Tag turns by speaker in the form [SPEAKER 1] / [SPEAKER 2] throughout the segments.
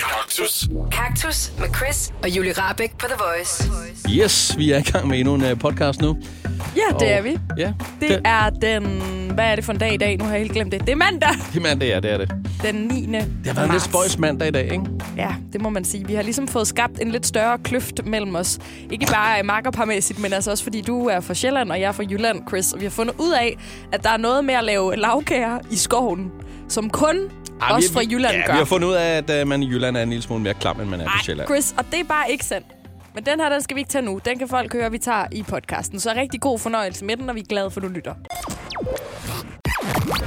[SPEAKER 1] Kaktus.
[SPEAKER 2] Kaktus med Chris og Julie Rabeck på The Voice.
[SPEAKER 3] Yes, vi er i gang med endnu en øh, podcast nu.
[SPEAKER 4] Ja, det
[SPEAKER 3] Og-
[SPEAKER 4] er vi.
[SPEAKER 3] Ja, det,
[SPEAKER 4] Det er den... Hvad er det for en dag i dag? Nu har jeg helt glemt det. Det er mandag,
[SPEAKER 3] det er mandag, ja, det er det.
[SPEAKER 4] den 9.
[SPEAKER 3] Det har været en lidt spøjs mandag i dag, ikke?
[SPEAKER 4] Ja, det må man sige. Vi har ligesom fået skabt en lidt større kløft mellem os. Ikke bare øh, makkerparmæssigt, men altså også fordi du er fra Sjælland, og jeg er fra Jylland, Chris. Og vi har fundet ud af, at der er noget med at lave lavkager i skoven, som kun Ej,
[SPEAKER 3] vi-
[SPEAKER 4] os fra Jylland
[SPEAKER 3] ja,
[SPEAKER 4] gør.
[SPEAKER 3] vi har fundet ud af, at øh, man i Jylland er en lille smule mere klam, end man er på
[SPEAKER 4] Nej,
[SPEAKER 3] Sjælland.
[SPEAKER 4] Chris, og det er bare ikke sandt. Men den her, den skal vi ikke tage nu. Den kan folk høre, vi tager i podcasten. Så rigtig god fornøjelse med den, og vi er glade for, at du lytter.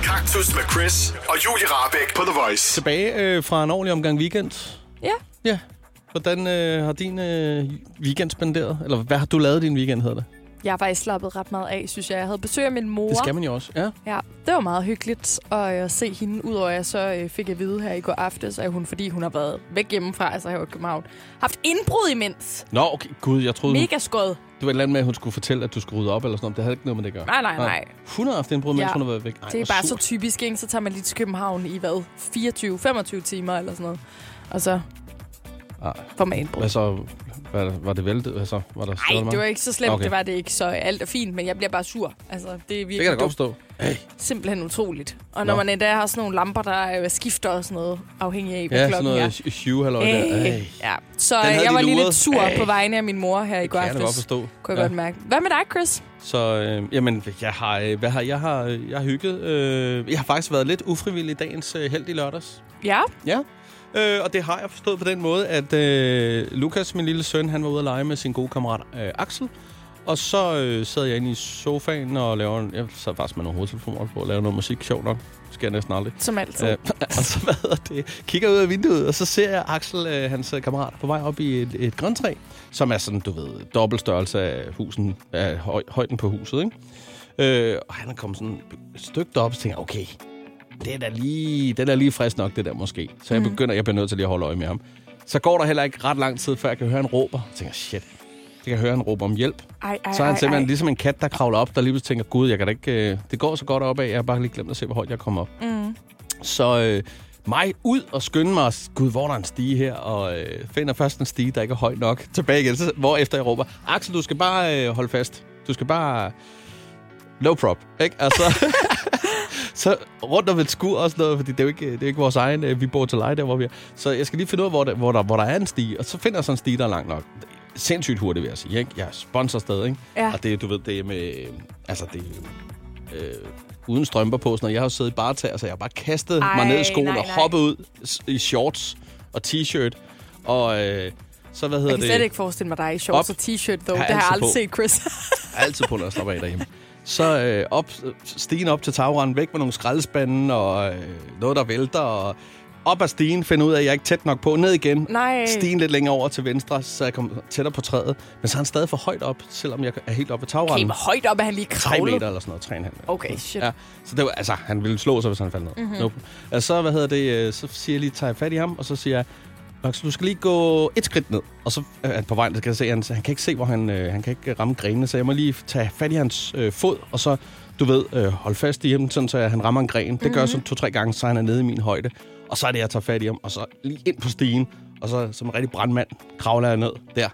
[SPEAKER 1] Kaktus med Chris og Julie Rabeck på The Voice.
[SPEAKER 3] Tilbage øh, fra en ordentlig omgang weekend.
[SPEAKER 4] Ja,
[SPEAKER 3] Ja. Hvordan øh, har din øh, weekend spenderet? Eller hvad har du lavet din weekend, hedder det?
[SPEAKER 4] jeg har faktisk slappet ret meget af, synes jeg. Jeg havde besøg af min mor.
[SPEAKER 3] Det skal man jo også. Ja.
[SPEAKER 4] Ja, det var meget hyggeligt at, øh, se hende, udover at jeg så øh, fik at vide her i går aftes, at hun, fordi hun har været væk hjemmefra, altså her i København, haft indbrud imens.
[SPEAKER 3] Nå, okay. Gud, jeg troede,
[SPEAKER 4] Mega skød.
[SPEAKER 3] det var et eller andet med, at hun skulle fortælle, at du skulle rydde op eller sådan noget. Det havde ikke noget med det at gøre.
[SPEAKER 4] Nej, nej, nej.
[SPEAKER 3] Hun har haft indbrud, mens
[SPEAKER 4] Ja.
[SPEAKER 3] hun har været væk. Ej,
[SPEAKER 4] Det er
[SPEAKER 3] hvor
[SPEAKER 4] bare så
[SPEAKER 3] surt.
[SPEAKER 4] typisk, ikke? Så tager man lige til København i, hvad, 24-25 timer eller sådan noget. Og så
[SPEAKER 3] Ej.
[SPEAKER 4] får man indbrud.
[SPEAKER 3] Ah. Hvad så? Hvad, var det væltet? Hvad så? Var der
[SPEAKER 4] Nej, det var ikke så slemt.
[SPEAKER 3] Okay.
[SPEAKER 4] Okay. Det var det ikke så alt er fint, men jeg bliver bare sur. Altså, det er virkelig
[SPEAKER 3] Det kan jeg da godt
[SPEAKER 4] dumt.
[SPEAKER 3] forstå. Hey.
[SPEAKER 4] simpelthen utroligt. Og når
[SPEAKER 3] Nå.
[SPEAKER 4] Nå. man endda har sådan nogle lamper, der øh, skifter og sådan noget, afhængig af, hvad
[SPEAKER 3] Ja, sådan
[SPEAKER 4] klokken er.
[SPEAKER 3] noget hue-halløj der. Ej.
[SPEAKER 4] Øh, ja. Så
[SPEAKER 3] Den havde
[SPEAKER 4] jeg
[SPEAKER 3] de
[SPEAKER 4] var lige
[SPEAKER 3] luret.
[SPEAKER 4] lidt sur
[SPEAKER 3] Ej.
[SPEAKER 4] på vegne af min mor her i går
[SPEAKER 3] Kan jeg da godt
[SPEAKER 4] aftes.
[SPEAKER 3] forstå.
[SPEAKER 4] Kunne jeg ja. godt mærke. Hvad med dig, Chris?
[SPEAKER 3] Så øh, jamen, jeg har, øh, hvad har, jeg har, øh, jeg har hygget. Øh, jeg har faktisk været lidt ufrivillig i dagens øh, held i lørdags.
[SPEAKER 4] Ja,
[SPEAKER 3] Ja. Øh, og det har jeg forstået på den måde, at øh, Lukas, min lille søn, han var ude at lege med sin gode kammerat øh, Axel. Og så øh, sad jeg inde i sofaen og lavede... en- Jeg sad faktisk med nogle hovedtelefoner på og lavede noget musik. Sjovt nok. Det sker næsten aldrig.
[SPEAKER 4] som altid.
[SPEAKER 3] Øh, og så hvad hedder det? Kigger ud af vinduet, og så ser jeg Axel, øh, hans øh, kammerat, på vej op i et, et grøntræ, som er sådan, du ved, dobbelt størrelse af, husen, af høj, højden på huset, ikke? Øh, og han er kommet sådan et stykke op, og tænker, jeg, okay, det er da lige, det er da lige frisk nok, det der måske. Så
[SPEAKER 4] Mm.
[SPEAKER 3] jeg begynder, jeg bliver nødt til lige at holde øje med ham. Så går der heller ikke ret lang tid, før jeg kan høre, han råber. Jeg tænker, shit, jeg kan høre, han råber om hjælp.
[SPEAKER 4] Ej, ej,
[SPEAKER 3] Så er han
[SPEAKER 4] ej,
[SPEAKER 3] simpelthen
[SPEAKER 4] ej.
[SPEAKER 3] ligesom en kat, der kravler op, der lige pludselig tænker, gud, jeg kan da ikke, øh, det går så godt opad, jeg har bare lige glemt at se, hvor højt jeg kommer op. Mm. Så øh, mig ud og skynde mig, gud, hvor er der en stige her, og øh, finder først en stige, der ikke er høj nok, tilbage igen, så, hvorefter jeg råber, Axel, du skal bare øh, holde fast, du skal bare, no prop, ikke? Altså, så rundt om et skur og sådan noget, fordi det er jo ikke, det er jo ikke vores egen, øh, vi bor til leje der, hvor vi er. Så jeg skal lige finde ud af, hvor der, hvor der, hvor der er en stige, og så finder jeg sådan en stige, der er lang nok. Sindssygt hurtigt, vil jeg sige, ikke? Jeg er sponsor stadig, ikke?
[SPEAKER 4] Ja.
[SPEAKER 3] Og det, du ved, det er med, øh, altså det er jo, øh, uden strømper på, sådan noget. Jeg har jo siddet i bartager, så jeg har bare kastet Ej,
[SPEAKER 4] Ej,
[SPEAKER 3] mig ned i skoen
[SPEAKER 4] nej,
[SPEAKER 3] og
[SPEAKER 4] nej.
[SPEAKER 3] hoppet ud s- i shorts og t-shirt, og øh, så hvad hedder
[SPEAKER 4] Jeg kan
[SPEAKER 3] det?
[SPEAKER 4] slet ikke forestille mig dig i shorts
[SPEAKER 3] Op.
[SPEAKER 4] og t-shirt, dog.
[SPEAKER 3] Jeg har
[SPEAKER 4] Det har jeg
[SPEAKER 3] altid
[SPEAKER 4] aldrig
[SPEAKER 3] på.
[SPEAKER 4] set, Chris.
[SPEAKER 3] Jeg er altid på, når jeg slapper af derhjemme. Så øh, op, stigen op til tagranden, væk med nogle skraldespande og øh, noget, der vælter. Og op ad stigen, finde ud af, at jeg ikke er tæt nok på. Ned igen.
[SPEAKER 4] Nej.
[SPEAKER 3] Stigen lidt længere over til venstre, så jeg kom tættere på træet. Men så er han stadig for højt op, selvom jeg er helt oppe ved
[SPEAKER 4] Okay,
[SPEAKER 3] tagranden.
[SPEAKER 4] hvor højt op er han lige
[SPEAKER 3] 3
[SPEAKER 4] kravlet.
[SPEAKER 3] meter eller sådan noget, 3,5 meter.
[SPEAKER 4] Okay, shit. Mhm.
[SPEAKER 3] Ja, så det var, altså, han ville slå sig, hvis han faldt ned. Mm-hmm. Nope. Og så, hvad hedder det, øh, så siger jeg lige, tager jeg fat i ham, og så siger jeg, Max, du skal lige gå et skridt ned. Og så er han på vejen, så kan jeg se, at han, han kan ikke se, hvor han, øh, han kan ikke ramme grenene, så jeg må lige tage fat i hans øh, fod, og så, du ved, øh, holde fast i ham, sådan, så han rammer en gren. Det gør jeg
[SPEAKER 4] Mhm.
[SPEAKER 3] sådan to-tre gange, så han er nede i min højde. Og så er det, jeg tager fat i ham, og så lige ind på stigen, og så som en rigtig brandmand kravler jeg ned der.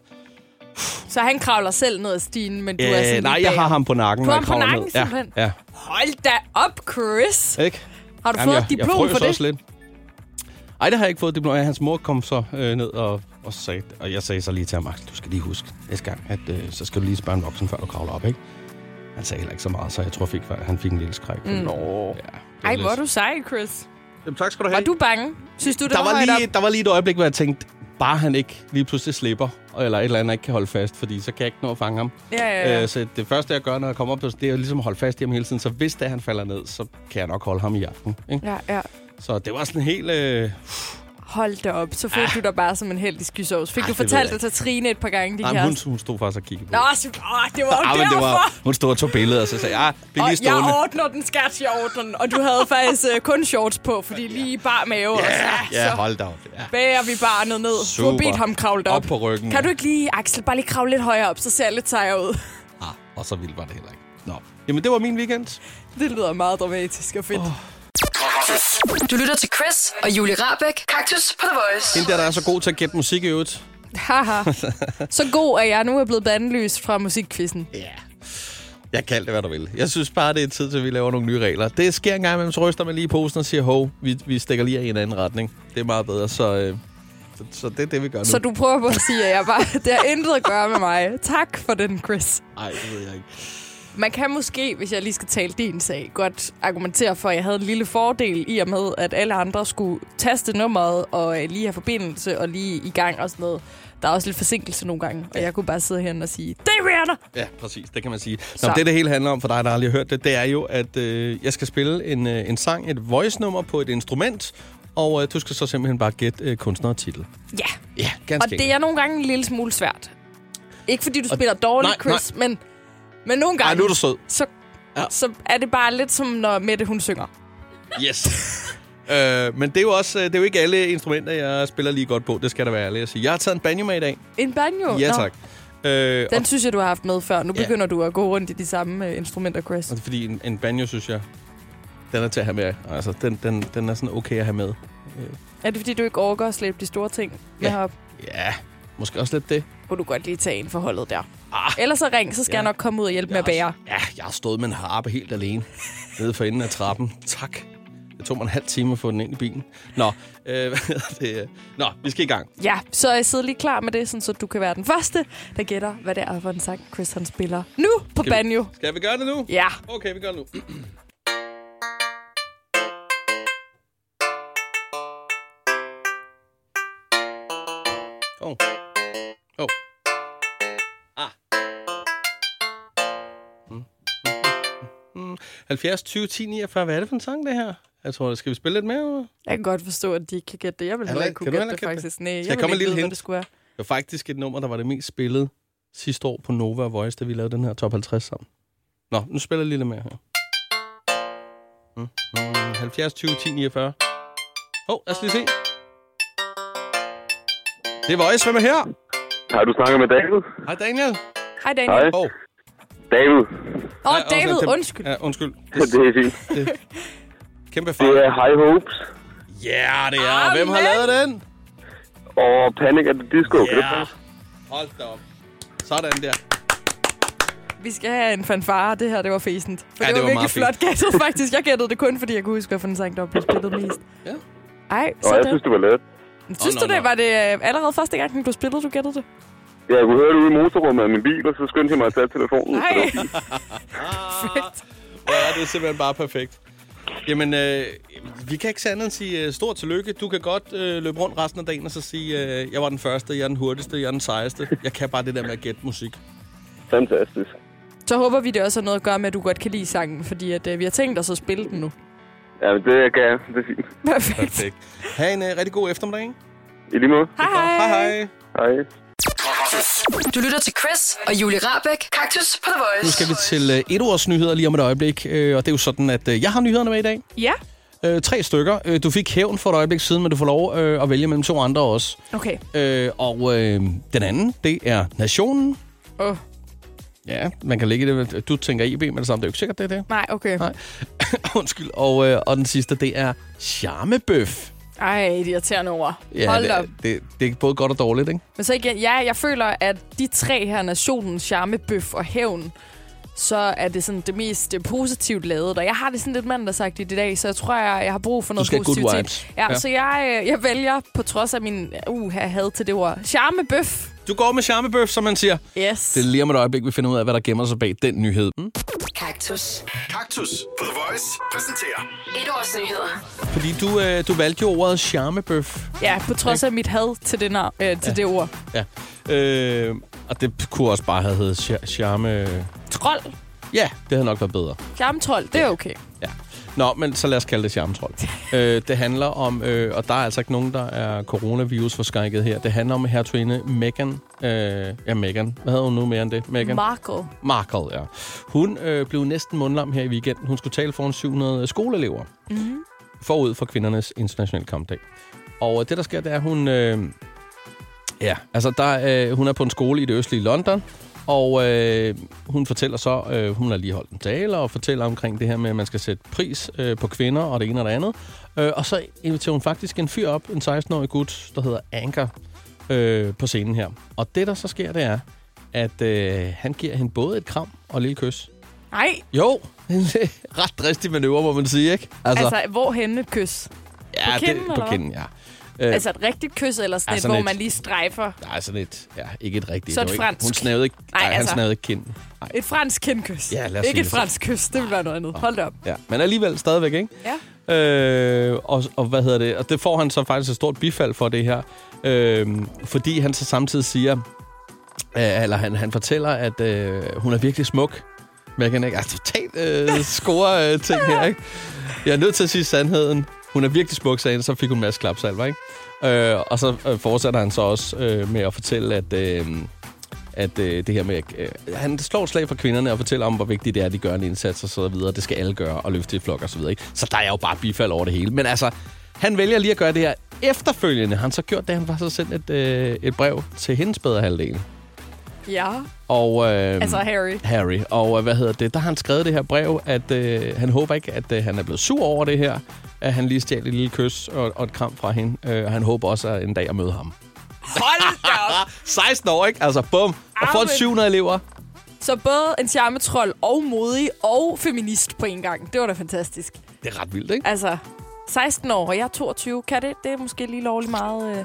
[SPEAKER 4] Så han kravler selv ned ad stigen, men du er sådan
[SPEAKER 3] Øh,
[SPEAKER 4] lige
[SPEAKER 3] nej, jeg
[SPEAKER 4] bag
[SPEAKER 3] har
[SPEAKER 4] ham.
[SPEAKER 3] ham på nakken,
[SPEAKER 4] Du
[SPEAKER 3] når
[SPEAKER 4] har
[SPEAKER 3] jeg
[SPEAKER 4] ham på
[SPEAKER 3] kravler
[SPEAKER 4] nakken,
[SPEAKER 3] ned.
[SPEAKER 4] simpelthen?
[SPEAKER 3] Ja,
[SPEAKER 4] Hold da op, Chris.
[SPEAKER 3] ja. Ikke?
[SPEAKER 4] Har du fået et
[SPEAKER 3] jeg, jeg
[SPEAKER 4] diplom
[SPEAKER 3] frøs
[SPEAKER 4] for det?
[SPEAKER 3] også lidt. Ej, det har jeg ikke fået et diplom. af. Hans mor kom så øh, ned og, og sagde, og jeg sagde så lige til ham, Axel, du skal lige huske næste gang, at øh, så skal du lige spørge en voksen, før du kravler op, ikke? Han sagde heller ikke så meget, så jeg tror, fik, han fik en lille skræk. Mm. Nå. Ja, det var
[SPEAKER 4] Ej,
[SPEAKER 3] lidt-
[SPEAKER 4] hvor er du sej, Chris.
[SPEAKER 3] Jamen, tak skal du
[SPEAKER 4] Var
[SPEAKER 3] have.
[SPEAKER 4] du bange? Synes du, det
[SPEAKER 3] der,
[SPEAKER 4] var,
[SPEAKER 3] var
[SPEAKER 4] højt
[SPEAKER 3] lige,
[SPEAKER 4] op?
[SPEAKER 3] der var lige et øjeblik, hvor jeg tænkte, bare han ikke lige pludselig slipper, eller et eller andet, jeg ikke kan holde fast, fordi så kan jeg ikke nå at fange ham.
[SPEAKER 4] Ja, ja, ja.
[SPEAKER 3] Øh, så det første, jeg gør, når jeg kommer op, det er jo ligesom at holde fast i ham hele tiden, så hvis det er, han falder ned, så kan jeg nok holde ham i aften. Ikke?
[SPEAKER 4] Ja, ja.
[SPEAKER 3] Så det var sådan helt... Øh,
[SPEAKER 4] Hold da op, så følte ah. du dig bare som en heldig skysovs. Fik
[SPEAKER 3] Ah,
[SPEAKER 4] ah, du
[SPEAKER 3] det ved
[SPEAKER 4] fortalt
[SPEAKER 3] jeg
[SPEAKER 4] det til Trine et par gange, din
[SPEAKER 3] nej, men hun,
[SPEAKER 4] kæreste?
[SPEAKER 3] hun stod faktisk og kiggede på.
[SPEAKER 4] Nå, så, åh, det var jo
[SPEAKER 3] Ah, men
[SPEAKER 4] derfor.
[SPEAKER 3] det var, hun stod og tog billeder, og så sagde jeg, ah, bliv lige
[SPEAKER 4] og
[SPEAKER 3] stående.
[SPEAKER 4] jeg ordner den, skat, jeg ordner den. Og du havde faktisk øh, kun shorts på, fordi lige bar mave. og så, ah,
[SPEAKER 3] Ja,
[SPEAKER 4] så
[SPEAKER 3] hold da op. Ja.
[SPEAKER 4] bærer vi barnet ned. Du
[SPEAKER 3] Super.
[SPEAKER 4] har bedt ham kravle op.
[SPEAKER 3] Op på ryggen,
[SPEAKER 4] Kan
[SPEAKER 3] ja.
[SPEAKER 4] du ikke lige, Axel, bare lige kravle lidt højere op, så ser jeg lidt sejere ud.
[SPEAKER 3] Ah, og så vildt var det heller ikke. Nå. Jamen, det var min weekend.
[SPEAKER 4] Det lyder meget dramatisk og fedt. Oh.
[SPEAKER 1] Kaktus
[SPEAKER 2] Du lytter til Chris og Julie Rabeck. Kaktus på The Voice.
[SPEAKER 3] Hende der, der er så god til at gætte musik i øvrigt.
[SPEAKER 4] Haha. Så god er jeg nu er blevet bandlyst fra musikkvisten.
[SPEAKER 3] Ja. Jeg kan det, hvad du vil. Jeg synes bare, det er tid til, at vi laver nogle nye regler. Det sker en gang imellem, så ryster man lige i posen og siger, hov, vi, vi stikker lige af i en anden retning. Det er meget bedre, så, øh, så, så det er det, vi gør nu.
[SPEAKER 4] Så du prøver på at sige, at jeg bare, det har intet at gøre med mig. Tak for den, Chris.
[SPEAKER 3] Nej, det ved jeg ikke.
[SPEAKER 4] Man kan måske, hvis jeg lige skal tale din sag, godt argumentere for, at jeg havde en lille fordel i og med, at alle andre skulle taste nummeret og øh, lige have forbindelse og lige i gang og sådan noget. Der er også lidt forsinkelse nogle gange, og jeg kunne bare sidde herinde og sige, det er Rihanna!
[SPEAKER 3] Ja, præcis. Det kan man sige. Nå,
[SPEAKER 4] Så-
[SPEAKER 3] men det, det hele handler om for dig, der aldrig har hørt det, det er jo, at øh, jeg skal spille en, øh, en sang, et voice-nummer på et instrument, og øh, du skal så simpelthen bare gætte øh, kunstner og titel.
[SPEAKER 4] Ja,
[SPEAKER 3] Ja, ganske
[SPEAKER 4] og det er nogle gange en lille smule svært. Ikke fordi du
[SPEAKER 3] Og-
[SPEAKER 4] spiller dårligt,
[SPEAKER 3] Nej,
[SPEAKER 4] Chris, men, men nogle gange,
[SPEAKER 3] Ej, nu er du sød.
[SPEAKER 4] så,
[SPEAKER 3] Ja.
[SPEAKER 4] ja. så er det bare lidt som, når Mette hun synger.
[SPEAKER 3] Yes. øh, men det er jo også øh, det er jo ikke alle instrumenter, jeg spiller lige godt på. Det skal der være ærlig at sige. Jeg har taget en banjo med i dag.
[SPEAKER 4] En banjo?
[SPEAKER 3] ja,
[SPEAKER 4] Nå,
[SPEAKER 3] tak. Øh,
[SPEAKER 4] Den synes jeg, du har haft med før. Nu
[SPEAKER 3] Ja.
[SPEAKER 4] begynder du at gå rundt i de samme øh, instrumenter, Chris.
[SPEAKER 3] og, og fordi en, en banjo, synes jeg, den er til at have med. Altså, den, den, den er sådan okay at have med.
[SPEAKER 4] Er det, fordi du ikke overgår at slæbe de store ting med
[SPEAKER 3] Ja.
[SPEAKER 4] ja. herop?
[SPEAKER 3] Ja, måske også lidt det.
[SPEAKER 4] Kunne du godt lige tage en forholdet der. Ah. Ellers så ring, så skal ja. jeg nok komme ud og hjælpe med at bære.
[SPEAKER 3] Ja, jeg har stået med en harpe helt alene nede for enden af trappen. Tak. Det tog mig en halv time at få den ind i bilen. Nå, øh, hvad hedder det, øh, nå vi skal i gang.
[SPEAKER 4] Ja, så jeg sidder lige klar med det, sådan, så du kan være den første, der gætter, hvad det er for en sang, Chris han spiller nu på
[SPEAKER 3] vi-
[SPEAKER 4] banjo.
[SPEAKER 3] Skal vi gøre det nu?
[SPEAKER 4] Ja,
[SPEAKER 3] Okay, vi gør det nu. Oh. Oh. Ah. Mm, mm, mm, mm. 70, 20, 10, 49. Hvad er det for en sang, det her? Jeg tror, skal vi spille lidt mere? eller?
[SPEAKER 4] jeg kan godt forstå, at de ikke kan gætte det. Jeg vil
[SPEAKER 3] Heller
[SPEAKER 4] heller ikke
[SPEAKER 3] ikke.
[SPEAKER 4] kunne
[SPEAKER 3] Kan du
[SPEAKER 4] gætte
[SPEAKER 3] heller
[SPEAKER 4] det,
[SPEAKER 3] ikke gætte
[SPEAKER 4] faktisk. Nej, jeg
[SPEAKER 3] Skal jeg
[SPEAKER 4] vil
[SPEAKER 3] komme
[SPEAKER 4] ikke
[SPEAKER 3] med et lille
[SPEAKER 4] vide, hvad
[SPEAKER 3] hint?
[SPEAKER 4] det skulle være.
[SPEAKER 3] Det var faktisk et nummer, der var det mest spillet sidste år på Nova og Voice, da vi lavede den her top 50 sammen. Nå, nu spiller jeg lige lidt mere her. Mm, mm, 70, 20, 10, 49. Åh, oh, lad os lige se. Det er Voice, hvem er her?
[SPEAKER 5] Har du snakket med David?
[SPEAKER 3] Hej Daniel.
[SPEAKER 4] Hej, Daniel.
[SPEAKER 5] Hej.
[SPEAKER 3] Åh, oh.
[SPEAKER 5] David,
[SPEAKER 4] Åh, oh, David, undskyld.
[SPEAKER 3] Ja, undskyld.
[SPEAKER 5] det er fint.
[SPEAKER 3] Kæmpe fejl.
[SPEAKER 5] Det
[SPEAKER 3] Ja,
[SPEAKER 5] er High Hopes
[SPEAKER 3] yeah, det er. Hvem har
[SPEAKER 4] Amen.
[SPEAKER 3] lavet den?
[SPEAKER 5] og Panic at the Disco. Kan det
[SPEAKER 3] Ja.
[SPEAKER 5] passe?
[SPEAKER 3] Hold da op. Sådan der.
[SPEAKER 4] Vi skal have en fanfare. Det her, det var fæsent. For
[SPEAKER 3] Ja,
[SPEAKER 4] ja, det,
[SPEAKER 3] det
[SPEAKER 4] var,
[SPEAKER 3] var
[SPEAKER 4] virkelig
[SPEAKER 3] meget
[SPEAKER 4] flot gættet, faktisk. Jeg gættede det kun, fordi jeg kunne huske, hvad for en sang, der blev spillet mest.
[SPEAKER 3] Ja.
[SPEAKER 4] Ej,
[SPEAKER 5] Nå, jeg
[SPEAKER 4] sådan.
[SPEAKER 5] synes, det var let.
[SPEAKER 4] Synes
[SPEAKER 3] Nå,
[SPEAKER 4] du
[SPEAKER 3] nå,
[SPEAKER 4] det?
[SPEAKER 3] nå.
[SPEAKER 4] Var det øh, allerede første gang, den blev spillet, du gættede det?
[SPEAKER 5] Ja, jeg kunne høre det ude i motorrummet af min bil, og så skyndte jeg mig at tage telefonen. så
[SPEAKER 4] Nej.
[SPEAKER 5] det var fint.
[SPEAKER 4] Perfekt.
[SPEAKER 3] Ja, det er simpelthen bare perfekt. Jamen, øh, vi kan ikke sige andet end sige øh, stort tillykke. Du kan godt øh, løbe rundt resten af dagen og så sige, øh, jeg var den første, jeg er den hurtigste, jeg er den sejeste. Jeg kan bare det der med at gætte musik.
[SPEAKER 5] Fantastisk.
[SPEAKER 4] Så håber vi, det også har noget at gøre med, at du godt kan lide sangen, fordi at, øh, vi har tænkt os at spille den nu.
[SPEAKER 5] Ja, men det kan jeg. Det er fint.
[SPEAKER 4] Perfekt.
[SPEAKER 3] Perfekt. Ha' en øh, rigtig god eftermiddag. ikke?
[SPEAKER 5] I lige måde.
[SPEAKER 4] Hej, hej.
[SPEAKER 3] Hej hej.
[SPEAKER 5] Hej.
[SPEAKER 2] Du lytter til Chris og Julie Rabeck. Kaktus på The Voice.
[SPEAKER 3] Nu skal vi til øh, et års nyheder lige om et øjeblik. Øh, og det er jo sådan, at øh, jeg har nyhederne med i dag.
[SPEAKER 4] Ja.
[SPEAKER 3] Øh, tre stykker. Øh, du fik hævn for et øjeblik siden, men du får lov øh, at vælge mellem to andre også.
[SPEAKER 4] Okay.
[SPEAKER 3] Øh, og øh, den anden, det er Nationen.
[SPEAKER 4] Åh,
[SPEAKER 3] Ja, man kan ligge i det. Du tænker IB med det samme. Det er jo ikke sikkert, det er det.
[SPEAKER 4] nej, okay.
[SPEAKER 3] Nej. Undskyld. Og, øh, og den sidste, det er charmebøf.
[SPEAKER 4] Ej, det irriterende ord. Ja, Hold
[SPEAKER 3] det,
[SPEAKER 4] op.
[SPEAKER 3] Det, det er både godt og dårligt, ikke?
[SPEAKER 4] Men så igen, ja, jeg føler, at de tre her, nationen, charmebøf og hævn, så er det sådan det mest øh, positivt lavet. Og jeg har det sådan lidt mandagsagtigt i dag, så jeg tror, jeg, jeg har brug for noget
[SPEAKER 3] skal have good
[SPEAKER 4] positivitet.
[SPEAKER 3] vibes.
[SPEAKER 4] Ja,
[SPEAKER 3] Ja.
[SPEAKER 4] ja, så jeg, øh, jeg vælger, på trods af min uh, had til det ord, charmebøf.
[SPEAKER 3] Du går med charmebøf, som man siger.
[SPEAKER 4] Yes.
[SPEAKER 3] Det er lige om et øjeblik, vi finder ud af, hvad der gemmer sig bag den nyhed. Mm?
[SPEAKER 2] Kaktus.
[SPEAKER 1] Kaktus på The Voice præsenterer
[SPEAKER 2] Et års nyheder.
[SPEAKER 3] Fordi du, øh, du valgte jo ordet charmebøf.
[SPEAKER 4] Ja, på trods af mit had til det, nav- øh, til ja. det ord.
[SPEAKER 3] Ja. Øh, og det kunne også bare have heddet char- charme...
[SPEAKER 4] Trold.
[SPEAKER 3] Ja, det havde nok været bedre.
[SPEAKER 4] Charmetrold, det er okay.
[SPEAKER 3] Ja. Nå, men så lad os kalde det charmetrol. øh, det handler om, øh, og der er altså ikke nogen, der er coronavirus forskrækket her. Det handler om hertuginde Meghan. Øh, ja, Meghan. Hvad hedder hun nu mere end det? Meghan?
[SPEAKER 4] Marco.
[SPEAKER 3] Markle, ja. Hun øh, blev næsten mundlam her i weekenden. Hun skulle tale foran 700 skoleelever. Mm-hmm. Forud for kvindernes internationale kampdag. Og øh, det, der sker, det er, at hun... Øh, ja, altså, der, øh, hun er på en skole i det østlige London. Og øh, hun fortæller så, øh, hun har lige holdt en tale og fortæller omkring det her med, at man skal sætte pris øh, på kvinder og det ene og det andet. Øh, og så inviterer hun faktisk en fyr op, en 16-årig gut, der hedder Anker, øh, på scenen her. Og det, der så sker, det er, at øh, han giver hende både et kram og et lille kys.
[SPEAKER 4] Nej,
[SPEAKER 3] Jo, ret dristig manøvre, må man sige, ikke?
[SPEAKER 4] altså, hvor henne et kys?
[SPEAKER 3] ja,
[SPEAKER 4] på kinden,
[SPEAKER 3] det,
[SPEAKER 4] eller
[SPEAKER 3] på
[SPEAKER 4] hvad?
[SPEAKER 3] kinden, ja. Øh,
[SPEAKER 4] Altså et rigtigt kys, eller sådan
[SPEAKER 3] Ja,
[SPEAKER 4] et,
[SPEAKER 3] sådan
[SPEAKER 4] hvor
[SPEAKER 3] et-
[SPEAKER 4] man lige strejfer.
[SPEAKER 3] der er sådan et, ja, ikke et rigtigt.
[SPEAKER 4] Så et
[SPEAKER 3] det var ikke-
[SPEAKER 4] fransk.
[SPEAKER 3] Hun snavede ikke, nej,
[SPEAKER 4] Nej,
[SPEAKER 3] nej, han
[SPEAKER 4] altså.
[SPEAKER 3] snavede ikke kinden. Nej,
[SPEAKER 4] Et fransk kindkys.
[SPEAKER 3] Ja, lad os sige
[SPEAKER 4] Ikke et
[SPEAKER 3] det så.
[SPEAKER 4] fransk kys, det vil være noget andet. Hold da op.
[SPEAKER 3] ja. Men alligevel stadigvæk, ikke?
[SPEAKER 4] Ja.
[SPEAKER 3] Øh, og, og hvad hedder det? Og det får han så faktisk et stort bifald for det her. Øh, fordi han så samtidig siger, øh, eller han, han fortæller, at øh, hun er virkelig smuk. Men jeg kan ikke, altså totalt øh, score øh, ting her, ikke? Jeg er nødt til at sige sandheden. Hun er virkelig smuk, sagde han, så fik hun en masse klapsalver, ikke? Øh, og så øh, fortsætter han så også øh, med at fortælle, at... Øh, at øh, det her med... Øh, han slår et slag for kvinderne og fortæller om, hvor vigtigt det er, at de gør en indsats og så videre. Det skal alle gøre og løfte i flok og så videre. Ikke? Så der er jo bare bifald over det hele. Men altså, han vælger lige at gøre det her. Efterfølgende har han så gjort det, han var så sendt et, øh, et brev til hendes bedre halvdel.
[SPEAKER 4] Ja,
[SPEAKER 3] Og, øh,
[SPEAKER 4] altså Harry.
[SPEAKER 3] Harry. Og øh, hvad hedder det? Der har han skrevet det her brev, at øh, han håber ikke, at øh, han er blevet sur over det her. At han lige stjal et lille kys og, og et kram fra hende. Øh, og han håber også at en dag at møde ham.
[SPEAKER 4] Hold da op.
[SPEAKER 3] 16 år, ikke? Altså, bum. Og får
[SPEAKER 4] Arvigt.
[SPEAKER 3] 700 elever.
[SPEAKER 4] Så både en charmetrol og modig og feminist på en gang. Det var da fantastisk.
[SPEAKER 3] Det er ret vildt, ikke?
[SPEAKER 4] Altså, 16 år, og jeg er 22. Kan det? Det er måske lige lovlig meget øh,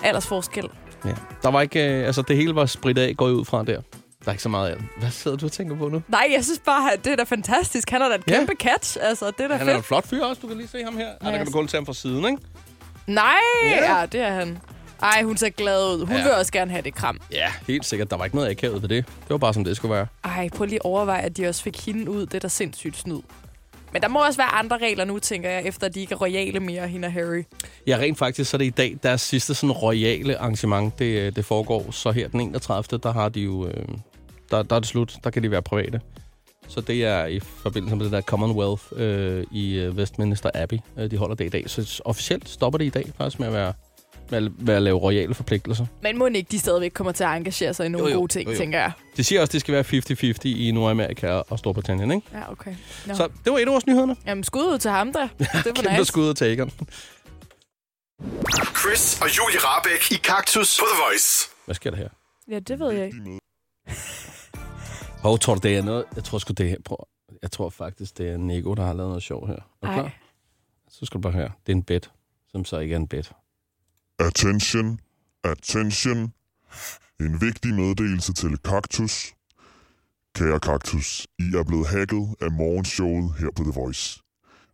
[SPEAKER 4] aldersforskel.
[SPEAKER 3] Ja. Der var ikke, øh, altså det hele var spredt af, går jeg ud fra der. Der er ikke så meget af det. Hvad sidder du og tænker på nu?
[SPEAKER 4] Nej, jeg synes bare, at det er da fantastisk. Han er da et
[SPEAKER 3] Ja.
[SPEAKER 4] kæmpe catch. Altså, det er da
[SPEAKER 3] Han er jo en
[SPEAKER 4] fedt.
[SPEAKER 3] flot fyr også, du kan lige se ham her. Ja, der kan du
[SPEAKER 4] altså-
[SPEAKER 3] kun tage ham fra siden, ikke?
[SPEAKER 4] Nej,
[SPEAKER 3] Ja.
[SPEAKER 4] ja. ja, det er han. Ej, hun ser glad ud. Hun
[SPEAKER 3] Ja.
[SPEAKER 4] ja. vil også gerne have det kram.
[SPEAKER 3] Ja, helt sikkert. Der var ikke noget akavet ved det. Det var bare, som det skulle være.
[SPEAKER 4] Ej, prøv lige at overveje, at de også fik hende ud. Det er da sindssygt snyd. Men der må også være andre regler nu, tænker jeg, efter at de ikke er royale mere, hende og Harry.
[SPEAKER 3] Ja, rent faktisk, så er det i dag deres sidste sådan royale arrangement, det, øh, det foregår. Så her den 31. der har de jo, øh, der, der er det slut. Der kan de være private. Så det er i forbindelse med det der Commonwealth øh, i øh, Westminster Abbey, øh, de holder det i dag. Så s- officielt stopper det i dag faktisk med at være med at, med at lave royale forpligtelser.
[SPEAKER 4] Men må ikke de stadigvæk kommer til at engagere sig i nogle
[SPEAKER 3] Jo,
[SPEAKER 4] jo,
[SPEAKER 3] jo.
[SPEAKER 4] jo. gode ting,
[SPEAKER 3] Jo,
[SPEAKER 4] jo,
[SPEAKER 3] jo.
[SPEAKER 4] jo. tænker jeg.
[SPEAKER 3] De siger også, at det skal være 50-50 i Nordamerika og Storbritannien, ikke?
[SPEAKER 4] Ja, okay. No.
[SPEAKER 3] Ja. Så det var et af vores nyhederne.
[SPEAKER 4] Jamen, skud ud til ham da. Det var
[SPEAKER 3] Kæmpe
[SPEAKER 4] nice.
[SPEAKER 3] skud til Egon.
[SPEAKER 1] Chris og Julie Rabeck i Kaktus på The Voice.
[SPEAKER 3] Hvad sker der her?
[SPEAKER 4] Ja, det ved jeg ikke.
[SPEAKER 3] Hov, tror du, det er noget? Jeg tror sgu, det er... Prøv. Jeg tror faktisk, det er Nico, der har lavet noget sjov her. Er du
[SPEAKER 4] Ej.
[SPEAKER 3] klar? Så skal du bare høre. Det er en bed, som så ikke er en bed.
[SPEAKER 6] Attention, attention. En vigtig meddelelse til Kaktus. Kære Kaktus, I er blevet hacket af morgenshowet her på The Voice.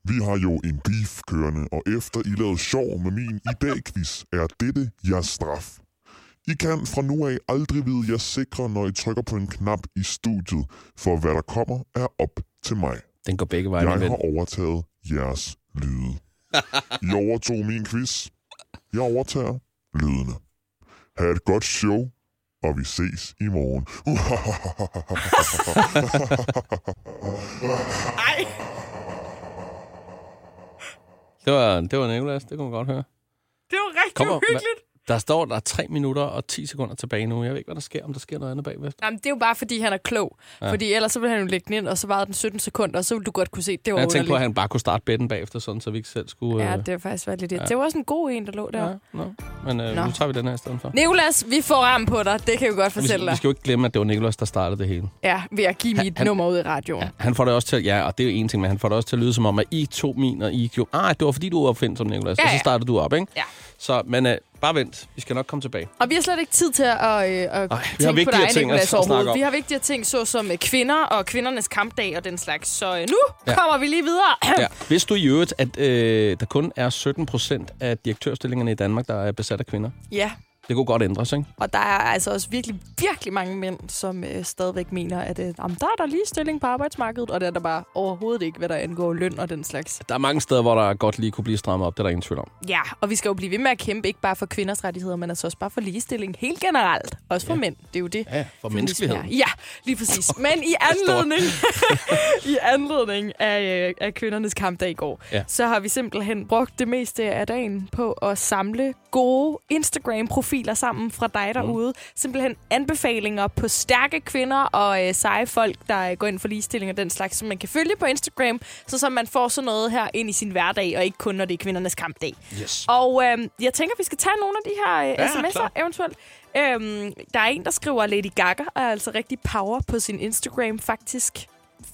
[SPEAKER 6] Vi har jo en beef kørende, og efter I lavede sjov med min i dag quiz, er dette jeres straf. I kan fra nu af aldrig vide jer sikre, når I trykker på en knap i studiet, for hvad der kommer er op til mig.
[SPEAKER 3] Den går begge veje, min
[SPEAKER 6] Jeg
[SPEAKER 3] ven.
[SPEAKER 6] har overtaget jeres lyde. I overtog min quiz. Jeg overtager lydene. Ha' et godt show, og vi ses i morgen.
[SPEAKER 3] Det var, det var Nicolas, det kunne man godt høre.
[SPEAKER 4] Det var rigtig
[SPEAKER 3] Kom op,
[SPEAKER 4] uhyggeligt.
[SPEAKER 3] Der står, der er 3 minutter og 10 sekunder tilbage nu. Jeg ved ikke, hvad der sker, om der sker noget andet bagved.
[SPEAKER 4] Jamen, det er jo bare, fordi han er klog. Ja. Fordi ellers så ville han jo lægge den ind, og så varede den 17 sekunder, og så ville du godt kunne se, det var
[SPEAKER 3] Jeg tænkte på, at
[SPEAKER 4] underligt.
[SPEAKER 3] han bare kunne starte bedden bagefter, sådan, så vi ikke selv skulle...
[SPEAKER 4] Ja,
[SPEAKER 3] øh,
[SPEAKER 4] det var faktisk været lidt ja. Det var også en god en, der lå der. Ja.
[SPEAKER 3] ja, no. Men øh,
[SPEAKER 4] Nå.
[SPEAKER 3] nu tager vi den her i stedet for.
[SPEAKER 4] Nicolas, vi får ram på dig. Det kan vi godt
[SPEAKER 3] Vi,
[SPEAKER 4] fortælle
[SPEAKER 3] vi
[SPEAKER 4] dig.
[SPEAKER 3] skal jo ikke glemme, at det var Nicolas, der startede det hele.
[SPEAKER 4] Ja, ved at give mit
[SPEAKER 3] han-
[SPEAKER 4] nummer ud i radioen. Ja.
[SPEAKER 3] Han får det også til, ja, og det er jo en ting, men han får det også til at lyde som om, at I to min og I gjorde... Ah, det var fordi, du var opfindsom, Nicolas, ja,
[SPEAKER 4] Ja,
[SPEAKER 3] og så
[SPEAKER 4] ja.
[SPEAKER 3] startede du op, ikke?
[SPEAKER 4] Ja.
[SPEAKER 3] Så, men øh, bare vent. Vi skal nok komme tilbage.
[SPEAKER 4] Og vi har slet ikke tid til at, øh, at tænke på
[SPEAKER 3] vigtigere
[SPEAKER 4] dig,
[SPEAKER 3] ting at- at
[SPEAKER 4] Nicolas,
[SPEAKER 3] snakke
[SPEAKER 4] overhovedet.
[SPEAKER 3] om.
[SPEAKER 4] Vi har vigtigere ting, såsom øh, kvinder og kvindernes kampdag og den slags. Så øh, nu
[SPEAKER 3] Ja.
[SPEAKER 4] ja. kommer vi lige videre.
[SPEAKER 3] Ja. Vidste du i øvrigt, at øh, der kun er 17 procent af direktørstillingerne i Danmark, der er besat af kvinder?
[SPEAKER 4] ja,
[SPEAKER 3] Det kunne godt ændres, ikke?
[SPEAKER 4] Og der er altså også virkelig, virkelig mange mænd, som øh, stadigvæk mener, at øh, jamen, der er der ligestilling på arbejdsmarkedet, og det er der bare overhovedet ikke, hvad der angår løn og den slags.
[SPEAKER 3] Der er mange steder, hvor der godt lige kunne blive strammet op. Det er der ingen tvivl om.
[SPEAKER 4] Ja, og vi skal jo blive ved med at kæmpe, ikke bare for kvinders rettigheder, men altså også bare for ligestilling helt generelt. Også for ja. mænd, det er jo det.
[SPEAKER 3] Ja, for
[SPEAKER 4] feminisme
[SPEAKER 3] menneskelighed.
[SPEAKER 4] er. Ja, lige præcis. Men i anledning, i anledning af, øh, af kvindernes kampdag i går,
[SPEAKER 3] Ja.
[SPEAKER 4] ja. så har vi simpelthen brugt det meste af dagen på at samle gode Instagram-profiler biler sammen fra dig derude. Simpelthen anbefalinger på stærke kvinder og øh, seje folk, der øh, går ind for ligestilling og den slags, som man kan følge på Instagram, så, så man får sådan noget her ind i sin hverdag, og ikke kun, når det er kvindernes kampdag.
[SPEAKER 3] Yes.
[SPEAKER 4] Og øh, jeg tænker, vi skal tage nogle af de her øh,
[SPEAKER 3] Ja,
[SPEAKER 4] ja, sms'er
[SPEAKER 3] klar.
[SPEAKER 4] eventuelt. Øhm, der er en, der skriver, at Lady Gaga er altså rigtig power på sin Instagram, faktisk.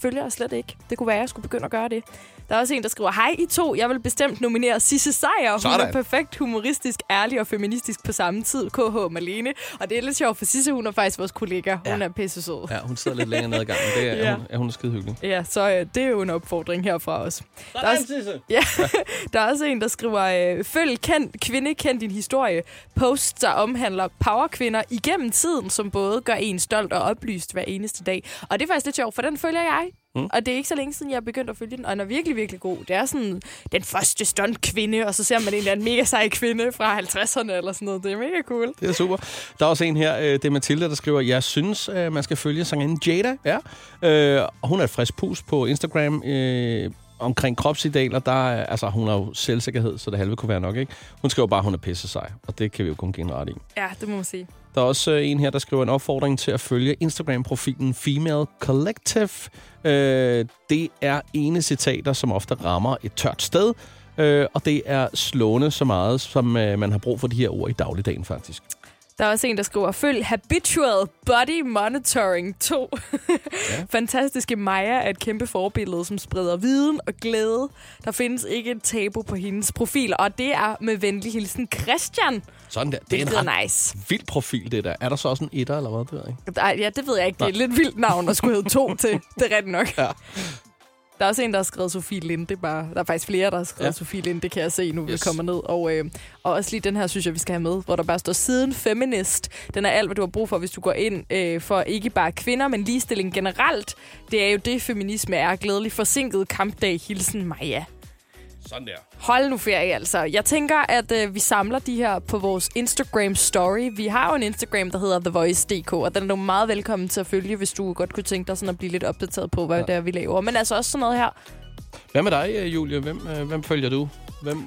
[SPEAKER 4] Følger jeg slet ikke. Det kunne være, at jeg skulle begynde at gøre det. Der er også en, der skriver, hej I to, jeg vil bestemt nominere Sisse Seier. Hun
[SPEAKER 3] Sådan.
[SPEAKER 4] er perfekt humoristisk, ærlig og feministisk på samme tid, KH Malene. Og det er lidt sjovt, for Sisse hun er faktisk vores kollega. Hun
[SPEAKER 3] Ja.
[SPEAKER 4] ja. er pisse sød.
[SPEAKER 3] Ja, hun sidder lidt længere nede ad gangen. Det er, ja.
[SPEAKER 4] Ja.
[SPEAKER 3] hun, ja, hun er skide hyggelig.
[SPEAKER 4] Ja, så øh, det er jo en opfordring herfra også. Der er, også, ja, der er også en, der skriver, øh, følg kend, kvinde, kend din historie. Post, der omhandler powerkvinder igennem tiden, som både gør en stolt og oplyst hver eneste dag. Og det er faktisk lidt sjovt, for den følger jeg. Mm. Og det er ikke så længe siden, jeg begyndte at følge den, og den er virkelig, virkelig god. Det er sådan den første stuntkvinde, og så ser man en eller anden mega sej kvinde fra 50'erne eller sådan noget. Det er mega cool.
[SPEAKER 3] Det er super. Der er også en her, øh, det er Mathilde, der skriver, jeg synes, øh, man skal følge sangerinden Jada. Ja. Øh, og hun er et frisk pus på Instagram øh, omkring kropsidealer. Der er, altså, hun har jo selvsikkerhed, så det halve kunne være nok. Ikke? Hun skriver bare, at hun er pisse sej, og det kan vi jo kun give en ret i.
[SPEAKER 4] Ja, det må man sige.
[SPEAKER 3] Der er også øh, en her, der skriver en opfordring til at følge Instagram-profilen Female Collective. Øh, det er ene citater, som ofte rammer et tørt sted, øh, og det er slående så meget, som øh, man har brug for de her ord i dagligdagen faktisk.
[SPEAKER 4] Der er også en, der skriver, følg Habitual Body Monitoring 2. ja. Fantastiske Maja er et kæmpe forbillede, som spreder viden og glæde. Der findes ikke et tabu på hendes profil, og det er med venlig hilsen Christian.
[SPEAKER 3] Sådan der. Det
[SPEAKER 4] Det
[SPEAKER 3] er en
[SPEAKER 4] lyder
[SPEAKER 3] ret
[SPEAKER 4] nice.
[SPEAKER 3] vild profil, det der. Er der så også en etter eller hvad? Det ved jeg ikke.
[SPEAKER 4] Ej, ja, det ved jeg ikke. Det er et lidt vildt navn at skulle hedde to til. Det er rigtigt nok.
[SPEAKER 3] Ja.
[SPEAKER 4] Der er også en, der har skrevet Sofie Linde. Bare. Der er faktisk flere, der har skrevet
[SPEAKER 3] Ja.
[SPEAKER 4] ja. Sofie Linde, det kan jeg se nu, yes. vi
[SPEAKER 3] Yes.
[SPEAKER 4] kommer ned. Og, øh, og også lige den her, synes jeg, vi skal have med, hvor der bare står siden feminist. Den er alt, hvad du har brug for, hvis du går ind øh, for ikke bare kvinder, men ligestilling generelt. Det er jo det, feminisme er. Glædelig forsinket kampdag. Hilsen, Maja.
[SPEAKER 3] Sådan der.
[SPEAKER 4] Hold nu ferie, altså. Jeg tænker, at øh, vi samler de her på vores Instagram story. Vi har jo en Instagram, der hedder TheVoice.dk, og den er du meget velkommen til at følge, hvis du godt kunne tænke dig sådan at blive lidt opdateret på, hvad ja. det er, vi laver. Men altså også sådan noget her.
[SPEAKER 3] Hvad med dig, øh, Julie? Hvem, øh, hvem følger du? Hvem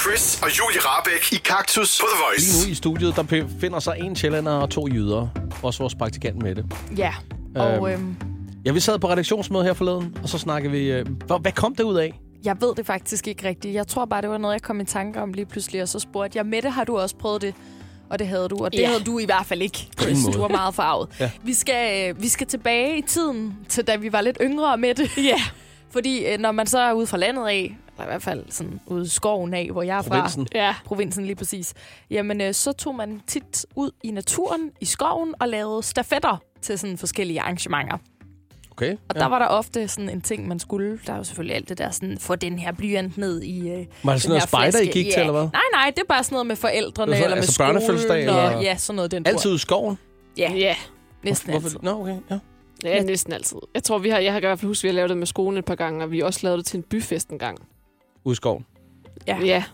[SPEAKER 1] Chris og Julie Rabeck i Kaktus på The Voice.
[SPEAKER 3] Lige nu i studiet, der p- finder sig en tjællander og to jyder. Også vores praktikant med det.
[SPEAKER 4] Ja, og øhm,
[SPEAKER 3] Ja, vi sad på redaktionsmøde her forleden, og så snakkede vi... Øh, hvor- hvad kom det ud af?
[SPEAKER 4] jeg ved det faktisk ikke rigtigt. Jeg tror bare, det var noget, jeg kom i tanke om lige pludselig, og så spurgte jeg, Mette, har du også prøvet det? og det havde du, og det
[SPEAKER 7] Ja.
[SPEAKER 4] ja. havde du i hvert fald ikke,
[SPEAKER 7] ingen
[SPEAKER 4] Chris.
[SPEAKER 7] måde.
[SPEAKER 4] Du var meget farvet.
[SPEAKER 7] Ja.
[SPEAKER 4] ja. vi, skal, øh, vi skal tilbage i tiden, til da vi var lidt yngre med det. Ja. Fordi øh, når man så er ude fra landet af, eller i hvert fald sådan ude i skoven af, hvor jeg er fra.
[SPEAKER 7] Provinsen.
[SPEAKER 4] Ja. Provinsen lige præcis. Jamen, øh, så tog man tit ud i naturen, i skoven, og lavede stafetter til sådan forskellige arrangementer.
[SPEAKER 3] Okay.
[SPEAKER 4] Og ja. der var der ofte sådan en ting, man skulle. Der er jo selvfølgelig alt det der, sådan, få den her blyant ned i øh,
[SPEAKER 3] Var det sådan
[SPEAKER 4] den
[SPEAKER 3] Altså noget
[SPEAKER 4] her
[SPEAKER 3] spejder, I
[SPEAKER 4] flaske.
[SPEAKER 3] gik til, eller hvad?
[SPEAKER 4] Nej, nej, det er bare sådan noget med forældrene,
[SPEAKER 3] Det var så-
[SPEAKER 4] eller
[SPEAKER 3] altså
[SPEAKER 4] med
[SPEAKER 3] børnefødselsdag,
[SPEAKER 4] skolen, og,
[SPEAKER 3] eller-
[SPEAKER 4] ja, sådan noget i den dur.
[SPEAKER 3] Altid i skoven?
[SPEAKER 4] Ja, ja. næsten
[SPEAKER 3] Hvorfor-
[SPEAKER 4] altid.
[SPEAKER 3] Nå, okay, ja.
[SPEAKER 7] Ja, næsten altid. Jeg tror, vi har, jeg har i hvert fald husket, at vi har lavet det med skolen et par gange, og vi har også lavet det til en byfest en gang.
[SPEAKER 3] Ude i skoven.
[SPEAKER 4] Ja.
[SPEAKER 7] ja.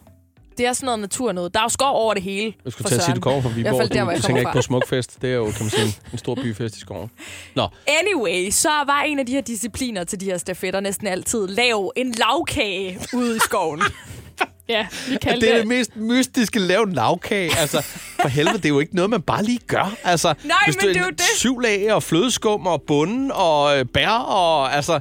[SPEAKER 4] Det er sådan noget natur noget. Der er jo skov over det hele.
[SPEAKER 3] Jeg skulle
[SPEAKER 4] for
[SPEAKER 3] til at sige, du
[SPEAKER 4] søren.
[SPEAKER 3] kommer fra
[SPEAKER 4] I hvert
[SPEAKER 3] Viborg.
[SPEAKER 4] fald der,
[SPEAKER 3] Du,
[SPEAKER 4] hvor jeg
[SPEAKER 3] du tænker
[SPEAKER 4] kommer
[SPEAKER 3] ikke på
[SPEAKER 4] fra.
[SPEAKER 3] smukfest. Det er jo, kan man sige, en stor byfest i skoven. Nå,
[SPEAKER 4] Anyway, så var en af de her discipliner til de her stafetter næsten altid lav en lavkage ude i skoven.
[SPEAKER 7] ja, vi
[SPEAKER 3] at det er det mest mystiske lave en lavkage. Altså, for helvede, det er jo ikke noget, man bare lige gør. Altså,
[SPEAKER 4] Nej,
[SPEAKER 3] hvis
[SPEAKER 4] men
[SPEAKER 3] du
[SPEAKER 4] det er jo det.
[SPEAKER 3] Syv lag og flødeskum og bunden og øh, bær og altså...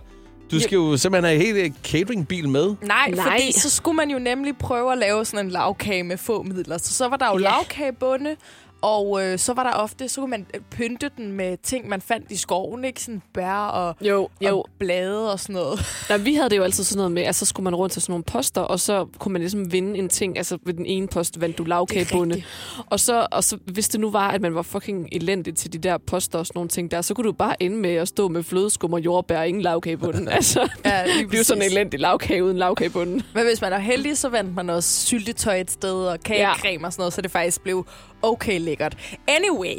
[SPEAKER 3] Du skal jo simpelthen have hele cateringbil med.
[SPEAKER 4] Nej, Nej, fordi så skulle man jo nemlig prøve at lave sådan en lavkage med få midler. Så så var der jo
[SPEAKER 7] Ja.
[SPEAKER 4] ja. lavkagebunde, og øh, så var der ofte, så kunne man øh, pynte den med ting, man fandt i skoven, ikke? Sådan bær og,
[SPEAKER 7] jo, jo.
[SPEAKER 4] og blade og sådan noget.
[SPEAKER 7] Nå, vi havde det jo altid sådan noget med, at så skulle man rundt til sådan nogle poster, og så kunne man ligesom vinde en ting. Altså ved den ene post vandt du lavkagebunde. Og så, og så, hvis det nu var, at man var fucking elendig til de der poster og sådan nogle ting der, så kunne du bare ende med at stå med flødeskum og jordbær og ingen lavkagebunden. altså,
[SPEAKER 4] Ja, lige
[SPEAKER 7] det er jo sådan en
[SPEAKER 4] præcis.
[SPEAKER 7] elendig lavkage uden lavkagebunden.
[SPEAKER 4] Men hvis man er heldig, så vandt man også syltetøj et sted og kagecreme ja. og sådan noget, så det faktisk blev okay lækkert. Anyway,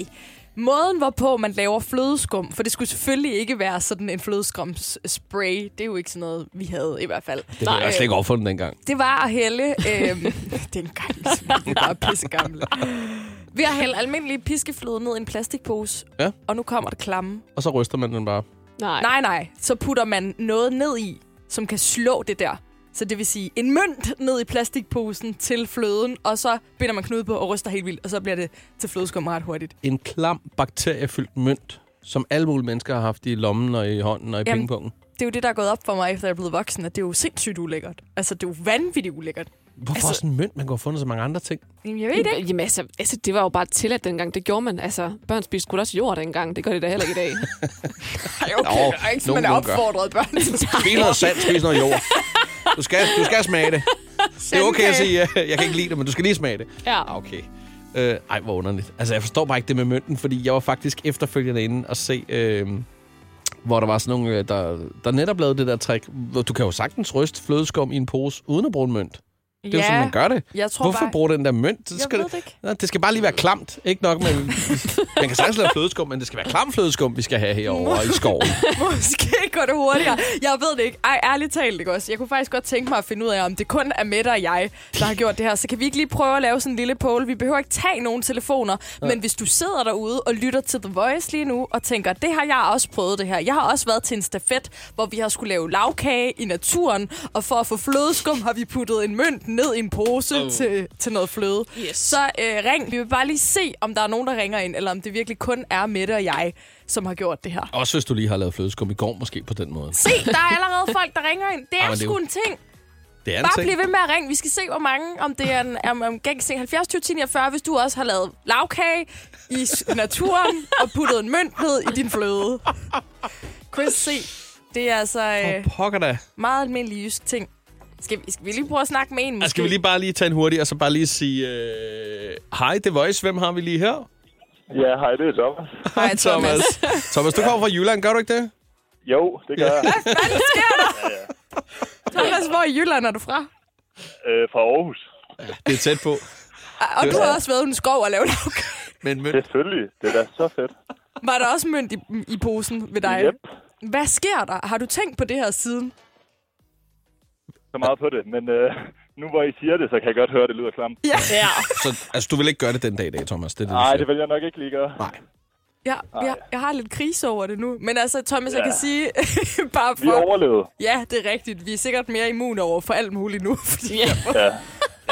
[SPEAKER 4] måden hvorpå man laver flødeskum, for det skulle selvfølgelig ikke være sådan en flødeskumsspray. Det er jo ikke sådan noget, vi havde i hvert fald. Øh,
[SPEAKER 3] Det var jeg slet ikke opfundet dengang.
[SPEAKER 4] Det var at hælde... Øh, dengang, vi var pisse gamle. Ved at hælde almindelig piskefløde ned i en plastikpose,
[SPEAKER 3] Ja,
[SPEAKER 4] og nu kommer det klamme.
[SPEAKER 3] og så ryster man den bare.
[SPEAKER 7] Nej.
[SPEAKER 4] nej, nej. Så putter man noget ned i, som kan slå det der. Så det vil sige en mønt ned i plastikposen til fløden, og så binder man knude på og ryster helt vildt, og så bliver det til flødeskum ret hurtigt.
[SPEAKER 3] En klam, bakteriefyldt mønt, som alle mulige mennesker har haft i lommen og i hånden og i
[SPEAKER 4] Jamen,
[SPEAKER 3] pingpongen.
[SPEAKER 4] Det er jo det, der er gået op for mig, efter jeg er blevet voksen, at det er jo sindssygt ulækkert. Altså, det er jo vanvittigt ulækkert.
[SPEAKER 3] Hvorfor altså, sådan en mønt? Man kunne have fundet så mange andre ting.
[SPEAKER 4] Jamen, jeg ved det ikke.
[SPEAKER 7] Jamen, altså, altså, det var jo bare tilladt dengang. Det gjorde man. Altså, børn spiste sgu da også jord dengang. Det gør de da heller ikke i dag.
[SPEAKER 3] okay.
[SPEAKER 4] Og ikke,
[SPEAKER 3] Nogen
[SPEAKER 4] man er
[SPEAKER 3] nogen gør.
[SPEAKER 4] opfordret børn.
[SPEAKER 3] Spis noget sand, spis noget jord. Du skal, du skal smage det. Det er okay at sige, ja, jeg kan ikke lide det, men du skal lige smage det.
[SPEAKER 7] Ja.
[SPEAKER 3] Ah, Okay. Øh, ej, hvor underligt. Altså, jeg forstår bare ikke det med mønten, fordi jeg var faktisk efterfølgende inde og se, øh, hvor der var sådan nogle, øh, der, der netop lavede det der trick. hvor Du kan jo sagtens ryste flødeskum i en pose, uden at bruge en mønt. Det er jo
[SPEAKER 4] Ja,
[SPEAKER 3] sådan, man gør det.
[SPEAKER 4] jeg tror
[SPEAKER 3] Hvorfor
[SPEAKER 4] bare-
[SPEAKER 3] bruge den der mønt?
[SPEAKER 4] Jeg
[SPEAKER 3] Det skal,
[SPEAKER 4] ved det ikke.
[SPEAKER 3] Nå, det skal bare lige være klamt. Ikke nok, men man kan sagtens lave flødeskum, men det skal være klam flødeskum, vi skal have herovre i skoven.
[SPEAKER 4] Måske går det hurtigere. Jeg ved det ikke. Ej, ærligt talt, ikke også? Jeg kunne faktisk godt tænke mig at finde ud af, om det kun er Mette og jeg, der har gjort det her. Så kan vi ikke lige prøve at lave sådan en lille poll? Vi behøver ikke tage nogen telefoner. Ja. Men hvis du sidder derude og lytter til The Voice lige nu og tænker, det har jeg også prøvet det her. Jeg har også været til en stafet, hvor vi har skulle lave lavkage i naturen. Og for at få flødeskum har vi puttet en mønt ned i en pose
[SPEAKER 7] Oh.
[SPEAKER 4] oh. til, til noget fløde.
[SPEAKER 7] Yes.
[SPEAKER 4] Så øh, ring. Vi vil bare lige se, om der er nogen, der ringer ind, eller om det virkelig kun er Mette og jeg, som har gjort det her.
[SPEAKER 3] Også hvis du lige har lavet flødeskum i går, måske på den måde.
[SPEAKER 4] Se, der er allerede folk, der ringer ind. Det er
[SPEAKER 3] Ej, men det er
[SPEAKER 4] sgu
[SPEAKER 3] jo-
[SPEAKER 4] en ting.
[SPEAKER 3] Det er en
[SPEAKER 4] Bare
[SPEAKER 3] ting.
[SPEAKER 4] bliv ved med at ringe. Vi skal se, hvor mange, om det er en, om, om gængse 70 20 10 49, hvis du også har lavet lavkage i s- naturen og puttet en mønt ned i din fløde. Chris, se. Det er altså øh,
[SPEAKER 3] Pokker da.
[SPEAKER 4] meget almindelig jysk ting. Skal vi, skal vi lige prøve at snakke med en?
[SPEAKER 3] Altså, skal vi lige bare lige tage en hurtig, og så bare lige sige, øh, hej, The Voice, hvem har vi lige her?
[SPEAKER 5] Ja, hej, det er Thomas.
[SPEAKER 4] Hej,
[SPEAKER 3] Thomas. Thomas, du kommer fra Jylland, gør du ikke det?
[SPEAKER 5] Jo, det gør jeg.
[SPEAKER 4] Thomas, hvor i Jylland er du fra?
[SPEAKER 5] Øh, fra Aarhus.
[SPEAKER 3] Det er tæt på.
[SPEAKER 4] Og du har også været ude i en skov og lavet lavkage.
[SPEAKER 3] Men mønt.
[SPEAKER 5] Selvfølgelig. Det er da så fedt.
[SPEAKER 4] Var der også mønt i, i posen ved dig?
[SPEAKER 5] Yep.
[SPEAKER 4] Hvad sker der? Har du tænkt på det her siden?
[SPEAKER 5] Så meget på det. Men øh, nu hvor I siger det, så kan jeg godt høre, at det lyder klamt.
[SPEAKER 4] Ja. ja.
[SPEAKER 3] Så altså, du vil ikke gøre det den dag i dag, Thomas? Det er det, du
[SPEAKER 5] Nej,
[SPEAKER 3] siger.
[SPEAKER 5] det vil jeg nok ikke lige gøre.
[SPEAKER 3] Nej.
[SPEAKER 4] Ja, jeg, jeg har lidt krise over det nu. Men altså, Thomas, ja. jeg
[SPEAKER 5] Ja.
[SPEAKER 4] kan sige bare for...
[SPEAKER 5] Vi overlevede.
[SPEAKER 4] Ja, det er rigtigt. Vi er sikkert mere immune over for alt muligt nu. Fordi ja.
[SPEAKER 5] Ja.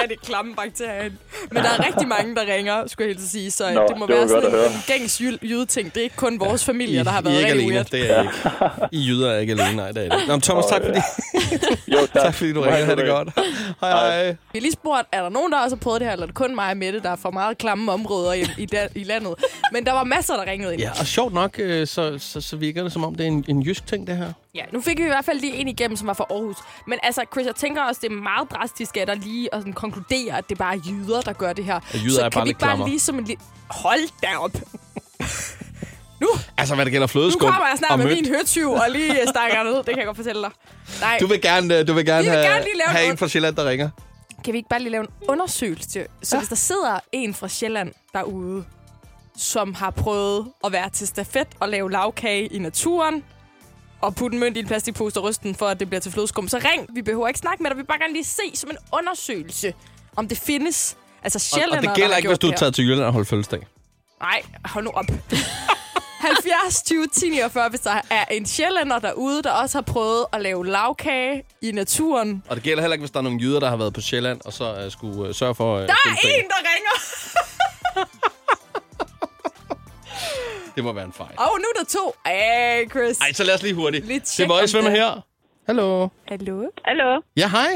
[SPEAKER 4] rigtig klamme bakterier ind. Men der er rigtig mange, der ringer, skulle jeg helt sige. Så Nå,
[SPEAKER 5] Nå,
[SPEAKER 4] det må
[SPEAKER 5] det var
[SPEAKER 4] være
[SPEAKER 5] godt
[SPEAKER 4] sådan
[SPEAKER 5] at
[SPEAKER 4] en,
[SPEAKER 5] høre.
[SPEAKER 4] en gængs jyd- jydeting. Det er ikke kun vores familie, der har
[SPEAKER 3] I
[SPEAKER 4] været
[SPEAKER 3] er ikke
[SPEAKER 4] rigtig
[SPEAKER 3] alene,
[SPEAKER 4] weird.
[SPEAKER 3] det er I ikke. I jyder er ikke alene, nej, det er I ikke. Nå, men Thomas, tak fordi,
[SPEAKER 5] jo, tak.
[SPEAKER 3] tak fordi du ringede. Ha' det godt. Hej, hej.
[SPEAKER 4] Vi har lige spurgt, er der nogen, der også har prøvet det her, eller er det kun mig og Mette, der er for meget klamme områder i, i, da, i landet? Men der var masser, der ringede ind.
[SPEAKER 3] Ja, og sjovt nok, øh, så, så, så virker det, som om det er en, en jysk ting, det her.
[SPEAKER 4] Ja, nu fik vi i hvert fald lige en igennem, som var fra Aarhus. Men altså, Chris, jeg tænker også, det er meget drastisk, at der lige at sådan konkludere, at det bare er jyder, der gør det her.
[SPEAKER 3] jyder
[SPEAKER 4] så
[SPEAKER 3] er
[SPEAKER 4] kan
[SPEAKER 3] bare lidt
[SPEAKER 4] vi ikke bare
[SPEAKER 3] klammere.
[SPEAKER 4] lige som en lille... Hold da op!
[SPEAKER 3] Altså, hvad det gælder
[SPEAKER 4] Nu
[SPEAKER 3] flødeskum
[SPEAKER 4] kommer jeg snart
[SPEAKER 3] og
[SPEAKER 4] med
[SPEAKER 3] mønt.
[SPEAKER 4] min høtyv og lige øh, stakker den ud. Det kan jeg godt fortælle dig. Nej,
[SPEAKER 3] Du vil gerne, øh, du vil gerne,
[SPEAKER 4] Vi vil
[SPEAKER 3] have,
[SPEAKER 4] gerne lige lave
[SPEAKER 3] have
[SPEAKER 4] en
[SPEAKER 3] en fra Sjælland, der ringer.
[SPEAKER 4] kan vi ikke bare lige lave en undersøgelse? Så ja. hvis der sidder en fra Sjælland derude, som har prøvet at være til stafet og lave lavkage i naturen, og putte en mønt i en plastikpose og ryste den, for at det bliver til flødeskum, så ring. Vi behøver ikke snakke med dig. Vi vil bare gerne lige se som en undersøgelse, om det findes. Altså
[SPEAKER 3] Og,
[SPEAKER 4] Sjælland
[SPEAKER 3] og det gælder ikke, hvis du tager til Jylland og holder fødselsdag.
[SPEAKER 4] Nej, hold nu op. 70 20 10 49, hvis der er en sjællander derude, der også har prøvet at lave lavkage i naturen.
[SPEAKER 3] Og det gælder heller ikke, hvis der er nogle jyder, der har været på Sjælland, og så øh, skulle øh, sørge for... Øh,
[SPEAKER 4] Der er
[SPEAKER 3] fødselsdag.
[SPEAKER 4] Ah, en, der ringer!
[SPEAKER 3] Det må være en fejl.
[SPEAKER 4] Og nu er der to. Ej, Chris.
[SPEAKER 3] Ej, så lad os lige hurtigt.
[SPEAKER 4] Lige
[SPEAKER 3] det
[SPEAKER 4] tjek
[SPEAKER 3] var
[SPEAKER 4] om
[SPEAKER 3] Voice, hvem er
[SPEAKER 4] det-
[SPEAKER 3] her? Hallo.
[SPEAKER 4] Hallo?
[SPEAKER 8] Hallo.
[SPEAKER 3] Ja, hej.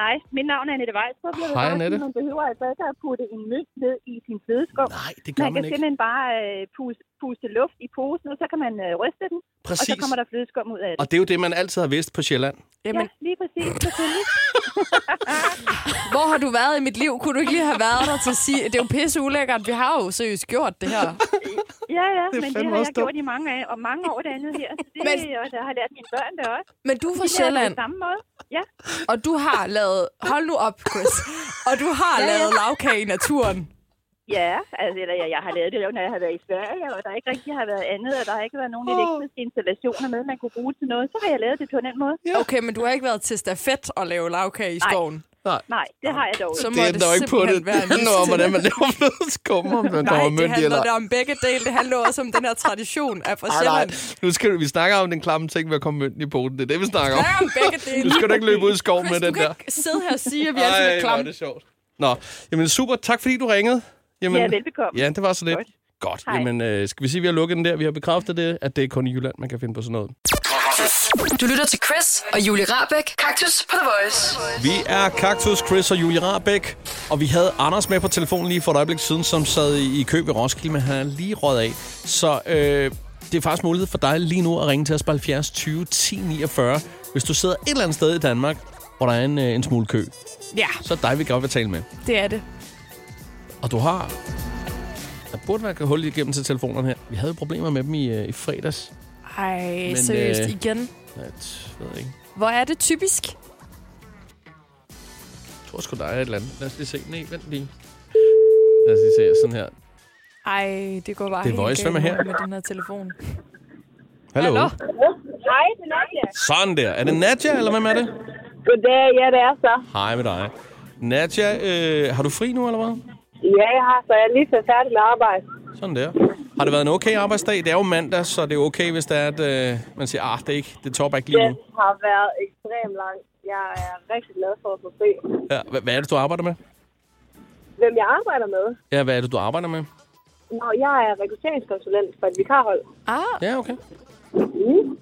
[SPEAKER 8] Hej, mit navn er Annette Weisberg. Jeg vil
[SPEAKER 3] Hej,
[SPEAKER 8] bare sige,
[SPEAKER 3] Annette.
[SPEAKER 8] Man behøver altså ikke at putte en mønt ned i sin flødeskum.
[SPEAKER 3] Nej, det gør
[SPEAKER 8] man kan
[SPEAKER 3] man ikke.
[SPEAKER 8] simpelthen bare øh, puste, puste luft i posen, og så kan man øh, ryste den, og så
[SPEAKER 3] Præcis.
[SPEAKER 8] kommer der flødeskum ud af det.
[SPEAKER 3] Og det er jo det, man altid har vidst på Sjælland.
[SPEAKER 8] Jamen. Ja, lige præcis, selvfølgelig.
[SPEAKER 4] Hvor har du været i mit liv? Kunne du ikke lige have været der til at sige, det er jo pisse ulækkert. Vi har jo seriøst gjort det her.
[SPEAKER 8] Ja, ja,
[SPEAKER 4] Det er
[SPEAKER 8] men det
[SPEAKER 4] fandme
[SPEAKER 8] har
[SPEAKER 4] også
[SPEAKER 8] jeg
[SPEAKER 4] dumt.
[SPEAKER 8] gjort i mange, af, og mange år dernede her. Så det, men... Og jeg har lært mine børn det også.
[SPEAKER 4] Men du er fra
[SPEAKER 8] De lærer det
[SPEAKER 4] Sjælland.
[SPEAKER 8] På samme måde. Ja,
[SPEAKER 4] Og du har lavet... Hold nu op, Chris. Og du har
[SPEAKER 8] Ja, ja.
[SPEAKER 4] lavet lavkage i naturen.
[SPEAKER 8] ja altså, eller jeg, jeg har lavet det, jo, når jeg har været i Sverige, og der ikke rigtig har været andet, og der har ikke været nogen elektriske installationer med, man kunne bruge til noget. Så har jeg lavet det på den måde.
[SPEAKER 4] Okay, men du har ikke været til stafet og lave lavkage i skoven.
[SPEAKER 3] Nej.
[SPEAKER 8] Nej, det har jeg dog ikke.
[SPEAKER 4] Så må
[SPEAKER 3] det
[SPEAKER 4] det,
[SPEAKER 3] ændrer jo ikke på
[SPEAKER 4] simpelthen
[SPEAKER 3] det.
[SPEAKER 4] være
[SPEAKER 3] Det
[SPEAKER 4] en
[SPEAKER 3] handler om,
[SPEAKER 4] lyst til
[SPEAKER 3] hvordan
[SPEAKER 4] det.
[SPEAKER 3] man laver flødeskum, om der
[SPEAKER 4] Nej,
[SPEAKER 3] kommer mønt
[SPEAKER 4] det
[SPEAKER 3] i eller
[SPEAKER 4] handler da om begge dele. Det handler også om den her tradition af fra
[SPEAKER 3] Ej, nej.
[SPEAKER 4] Sjælland.
[SPEAKER 3] Nu skal vi, vi snakker om den klamme ting med at komme mønten i poten. Det er det, vi snakker om.
[SPEAKER 4] Snakker om begge dele.
[SPEAKER 3] Nu skal du ikke løbe ud i skoven med
[SPEAKER 4] Chris,
[SPEAKER 3] den
[SPEAKER 4] du kan
[SPEAKER 3] der.
[SPEAKER 4] ikke sidde her og sige, at vi altid
[SPEAKER 3] Ej,
[SPEAKER 4] er
[SPEAKER 3] hvor
[SPEAKER 4] klamme.
[SPEAKER 3] det sjovt. Nå, jamen super. Tak fordi du ringede. Jamen,
[SPEAKER 8] Ja, velbekomme.
[SPEAKER 3] Ja, det var så lidt. Godt.
[SPEAKER 8] Hej.
[SPEAKER 3] Jamen, øh, skal vi sige, at vi har lukket den der? Vi har bekræftet det, at det er kun i Jylland, man kan finde på sådan noget.
[SPEAKER 2] Du lytter til Chris og Julie Rabeck. Kaktus på The Voice.
[SPEAKER 3] Vi er Kaktus, Chris og Julie Rabeck, og vi havde Anders med på telefonen lige for et øjeblik siden, som sad i i kø ved Roskilde, men han er lige røget af. Så øh, det er faktisk mulighed for dig lige nu at ringe til os på 70 20 10 49, hvis du sidder et eller andet sted i Danmark, hvor der er en, øh, en smule kø.
[SPEAKER 4] Ja,
[SPEAKER 3] Så er dig, vi godt vil tale med.
[SPEAKER 4] det er det.
[SPEAKER 3] Og du har... Der burde være hul igennem til telefonerne her. Vi havde problemer med dem i, øh, i fredags.
[SPEAKER 4] Ej,
[SPEAKER 3] Men,
[SPEAKER 4] seriøst
[SPEAKER 3] øh,
[SPEAKER 4] igen.
[SPEAKER 3] Nej, det ved jeg ikke.
[SPEAKER 4] Hvor er det typisk?
[SPEAKER 3] Jeg tror sgu, der er et eller andet. Lad os lige se. Nej, vent lige. Lad os lige se sådan her.
[SPEAKER 4] Ej, det går bare
[SPEAKER 3] Det er
[SPEAKER 4] helt
[SPEAKER 3] Voice.
[SPEAKER 4] galt
[SPEAKER 3] Hvem er her?
[SPEAKER 4] med den her telefon.
[SPEAKER 3] Hallo. Hallo.
[SPEAKER 9] Hej, det er Nadia.
[SPEAKER 3] Sådan der. Er det Nadja, eller hvem er det?
[SPEAKER 9] Goddag, ja, det er så.
[SPEAKER 3] Hej med dig. Nadja, øh, har du fri nu, eller hvad?
[SPEAKER 9] Ja, jeg har, så jeg er lige så færdig med arbejde.
[SPEAKER 3] Sådan der. Har det været en okay arbejdsdag? Det er jo mandag, så det er okay, hvis det er, at øh, man siger, ah, det er ikke, det topper ikke lige
[SPEAKER 9] Den
[SPEAKER 3] nu.
[SPEAKER 9] har været ekstremt lang. Jeg er rigtig glad for at få fri.
[SPEAKER 3] Ja, hva- hvad er det, du arbejder med?
[SPEAKER 9] Hvem jeg arbejder med?
[SPEAKER 3] Ja, hvad er det, du arbejder med?
[SPEAKER 9] Nå, jeg er rekrutteringskonsulent for et vikarhold.
[SPEAKER 4] Ah.
[SPEAKER 3] Ja, okay.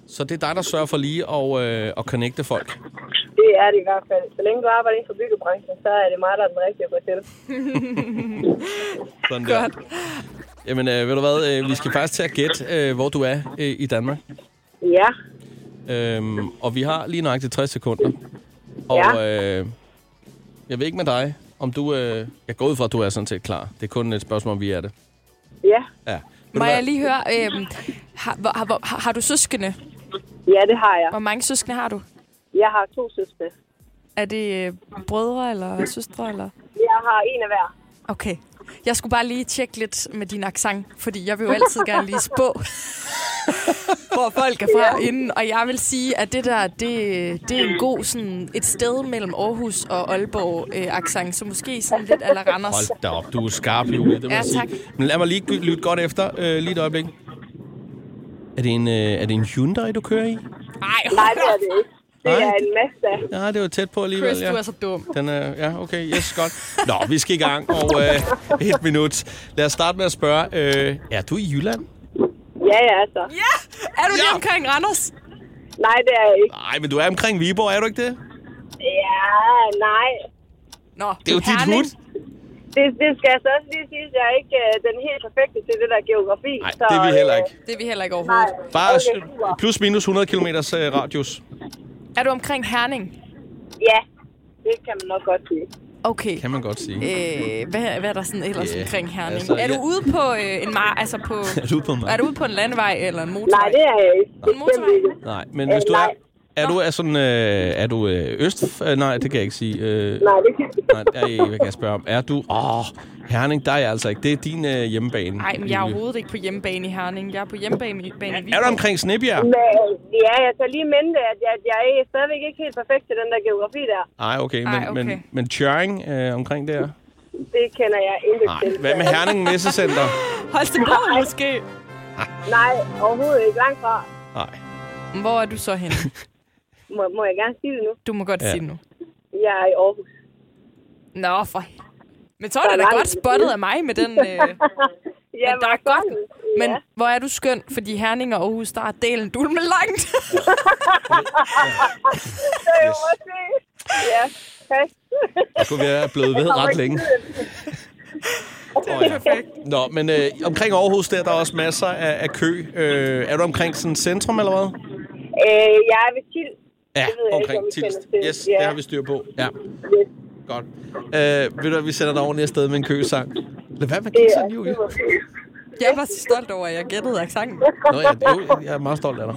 [SPEAKER 3] Så det er dig, der sørger for lige at, øh, at connecte folk.
[SPEAKER 9] Det er det i hvert fald. Så længe du arbejder inden for byggebranchen, så er det mig, der er den rigtige at gå til.
[SPEAKER 3] Sådan der. Godt. Jamen, øh, ved du hvad, øh, vi skal faktisk til at gætte, øh, hvor du er øh, i Danmark.
[SPEAKER 9] ja,
[SPEAKER 3] Øhm, og vi har lige nøjagtigt 60 sekunder. Og øh, jeg ved ikke med dig, om du... Øh, jeg går ud fra, at du er sådan set klar. Det er kun et spørgsmål, om vi er det.
[SPEAKER 9] Ja.
[SPEAKER 3] Ja.
[SPEAKER 4] Må jeg lige høre, øhm, har, hvor- har, hvor- har, har du søskende?
[SPEAKER 9] Ja, det har jeg.
[SPEAKER 4] Hvor mange søskende har du?
[SPEAKER 9] jeg har to søstre.
[SPEAKER 4] Er det øh, brødre eller søstre? Eller?
[SPEAKER 9] Jeg har en af hver.
[SPEAKER 4] Okay. Jeg skulle bare lige tjekke lidt med din accent, fordi jeg vil jo altid gerne lige spå, hvor folk er fra
[SPEAKER 9] Ja.
[SPEAKER 4] inden. Og jeg vil sige, at det der, det, det er en god sådan, et sted mellem Aarhus og Aalborg øh, accent, så måske sådan lidt eller Randers.
[SPEAKER 3] Hold da op, du er skarp, Julie, det må
[SPEAKER 4] Ja,
[SPEAKER 3] jeg sige.
[SPEAKER 4] tak.
[SPEAKER 3] Men lad mig lige gy- lytte godt efter, øh, lige et øjeblik. Er det, en, øh, er det en Hyundai, du kører i?
[SPEAKER 4] Nej,
[SPEAKER 9] Nej, det er det ikke. Det
[SPEAKER 3] Nej.
[SPEAKER 9] er en Mazda.
[SPEAKER 3] Ja, det var tæt på alligevel.
[SPEAKER 9] Chris,
[SPEAKER 3] ja.
[SPEAKER 9] du er så dum.
[SPEAKER 3] Den er, ja, okay, yes, godt. Nå, vi skal i gang, og øh, et minut. Lad os starte med at spørge, øh, er du i Jylland?
[SPEAKER 9] Ja, ja, altså. Ja!
[SPEAKER 4] Er du ja. lige omkring Randers?
[SPEAKER 9] Nej, det er jeg ikke.
[SPEAKER 3] Nej, men du er omkring Viborg, er du ikke det?
[SPEAKER 9] Ja, nej.
[SPEAKER 4] Nå,
[SPEAKER 3] Det er jo dit Herning. hud.
[SPEAKER 9] Det, det skal jeg så også lige sige, at jeg er ikke øh, den helt perfekte til det der geografi. Nej, så,
[SPEAKER 3] det er vi heller
[SPEAKER 9] øh,
[SPEAKER 3] ikke.
[SPEAKER 4] Det er vi heller ikke
[SPEAKER 9] Nej,
[SPEAKER 4] overhovedet.
[SPEAKER 3] Bare
[SPEAKER 9] okay, super.
[SPEAKER 3] okay, plus minus 100 km radius.
[SPEAKER 4] Er du omkring Herning?
[SPEAKER 9] Ja, det kan man nok godt sige.
[SPEAKER 4] Okay.
[SPEAKER 3] Kan man godt sige.
[SPEAKER 4] Øh, hvad, hvad er der sådan ellers
[SPEAKER 3] Ja,
[SPEAKER 4] yeah. omkring Herning?
[SPEAKER 3] altså,
[SPEAKER 4] Altså, er du
[SPEAKER 3] jeg-
[SPEAKER 4] ude på øh, en mar... Altså på...
[SPEAKER 3] Er du ude på en mark?
[SPEAKER 4] Er du ude på en landevej eller en motorvej?
[SPEAKER 9] Nej, det er jeg ikke.
[SPEAKER 4] En motorvej?
[SPEAKER 3] Nej, men
[SPEAKER 9] Øh,
[SPEAKER 3] hvis du er...
[SPEAKER 9] nej.
[SPEAKER 3] Er du er sådan... Øh, er du øh, øst... Øh, nej, det kan jeg ikke sige. Øh,
[SPEAKER 9] Nej, det kan
[SPEAKER 3] nej, der, hvad kan jeg spørge om? Er du... Åh, Herning, der er jeg altså ikke. Det er din øh, hjemmebane.
[SPEAKER 4] Nej, men jeg er
[SPEAKER 3] Julie.
[SPEAKER 4] overhovedet ikke på hjemmebane i Herning. Jeg er på hjemmebane i bane i Viborg.
[SPEAKER 3] Er du omkring Snebjerg?
[SPEAKER 9] Men, øh, ja, jeg tager lige mente, at jeg, jeg er stadigvæk ikke helt perfekt til den der geografi der.
[SPEAKER 3] Nej, okay, men,
[SPEAKER 9] Ej, okay.
[SPEAKER 3] men, men Tjøring øh, omkring der?
[SPEAKER 9] Det kender jeg ikke
[SPEAKER 3] Nej.
[SPEAKER 9] til.
[SPEAKER 3] Hvad med Herning Messecenter?
[SPEAKER 4] Holstebro måske?
[SPEAKER 9] Nej, overhovedet ikke. Langt fra.
[SPEAKER 3] Nej.
[SPEAKER 4] Hvor er du så henne?
[SPEAKER 9] Må, må jeg gerne sige det nu?
[SPEAKER 4] Du må godt
[SPEAKER 3] Ja.
[SPEAKER 4] sige det nu.
[SPEAKER 9] Jeg er i Aarhus.
[SPEAKER 4] Nå, for... Men så er det da godt spottet af mig med den... Øh...
[SPEAKER 9] Ja,
[SPEAKER 4] men der er godt. Men hvor er du skøn, fordi Herning og Aarhus, der er delen dulme langt.
[SPEAKER 9] Det er jo også det. Ja, tak.
[SPEAKER 3] Jeg kunne være blevet ved ret længe. Åh, ja. Nå, men øh, omkring Aarhus, der er der også masser af, af kø. Øh, er du omkring sådan centrum, eller hvad?
[SPEAKER 9] Øh, jeg er ved Tild.
[SPEAKER 3] Ja,
[SPEAKER 9] Det ved jeg ikke,
[SPEAKER 3] omkring
[SPEAKER 9] om I
[SPEAKER 3] Tilst.
[SPEAKER 9] kender til.
[SPEAKER 3] Yes,
[SPEAKER 9] Ja.
[SPEAKER 3] det har vi styr på. Ja. Godt. Øh, ved du, hvad, vi sender dig ordentligt afsted med en køsang. Lad være med at give sådan, Julie.
[SPEAKER 4] Jeg var så stolt over, at jeg gættede accenten.
[SPEAKER 3] Nå, jeg, jo, jeg er meget stolt af dig.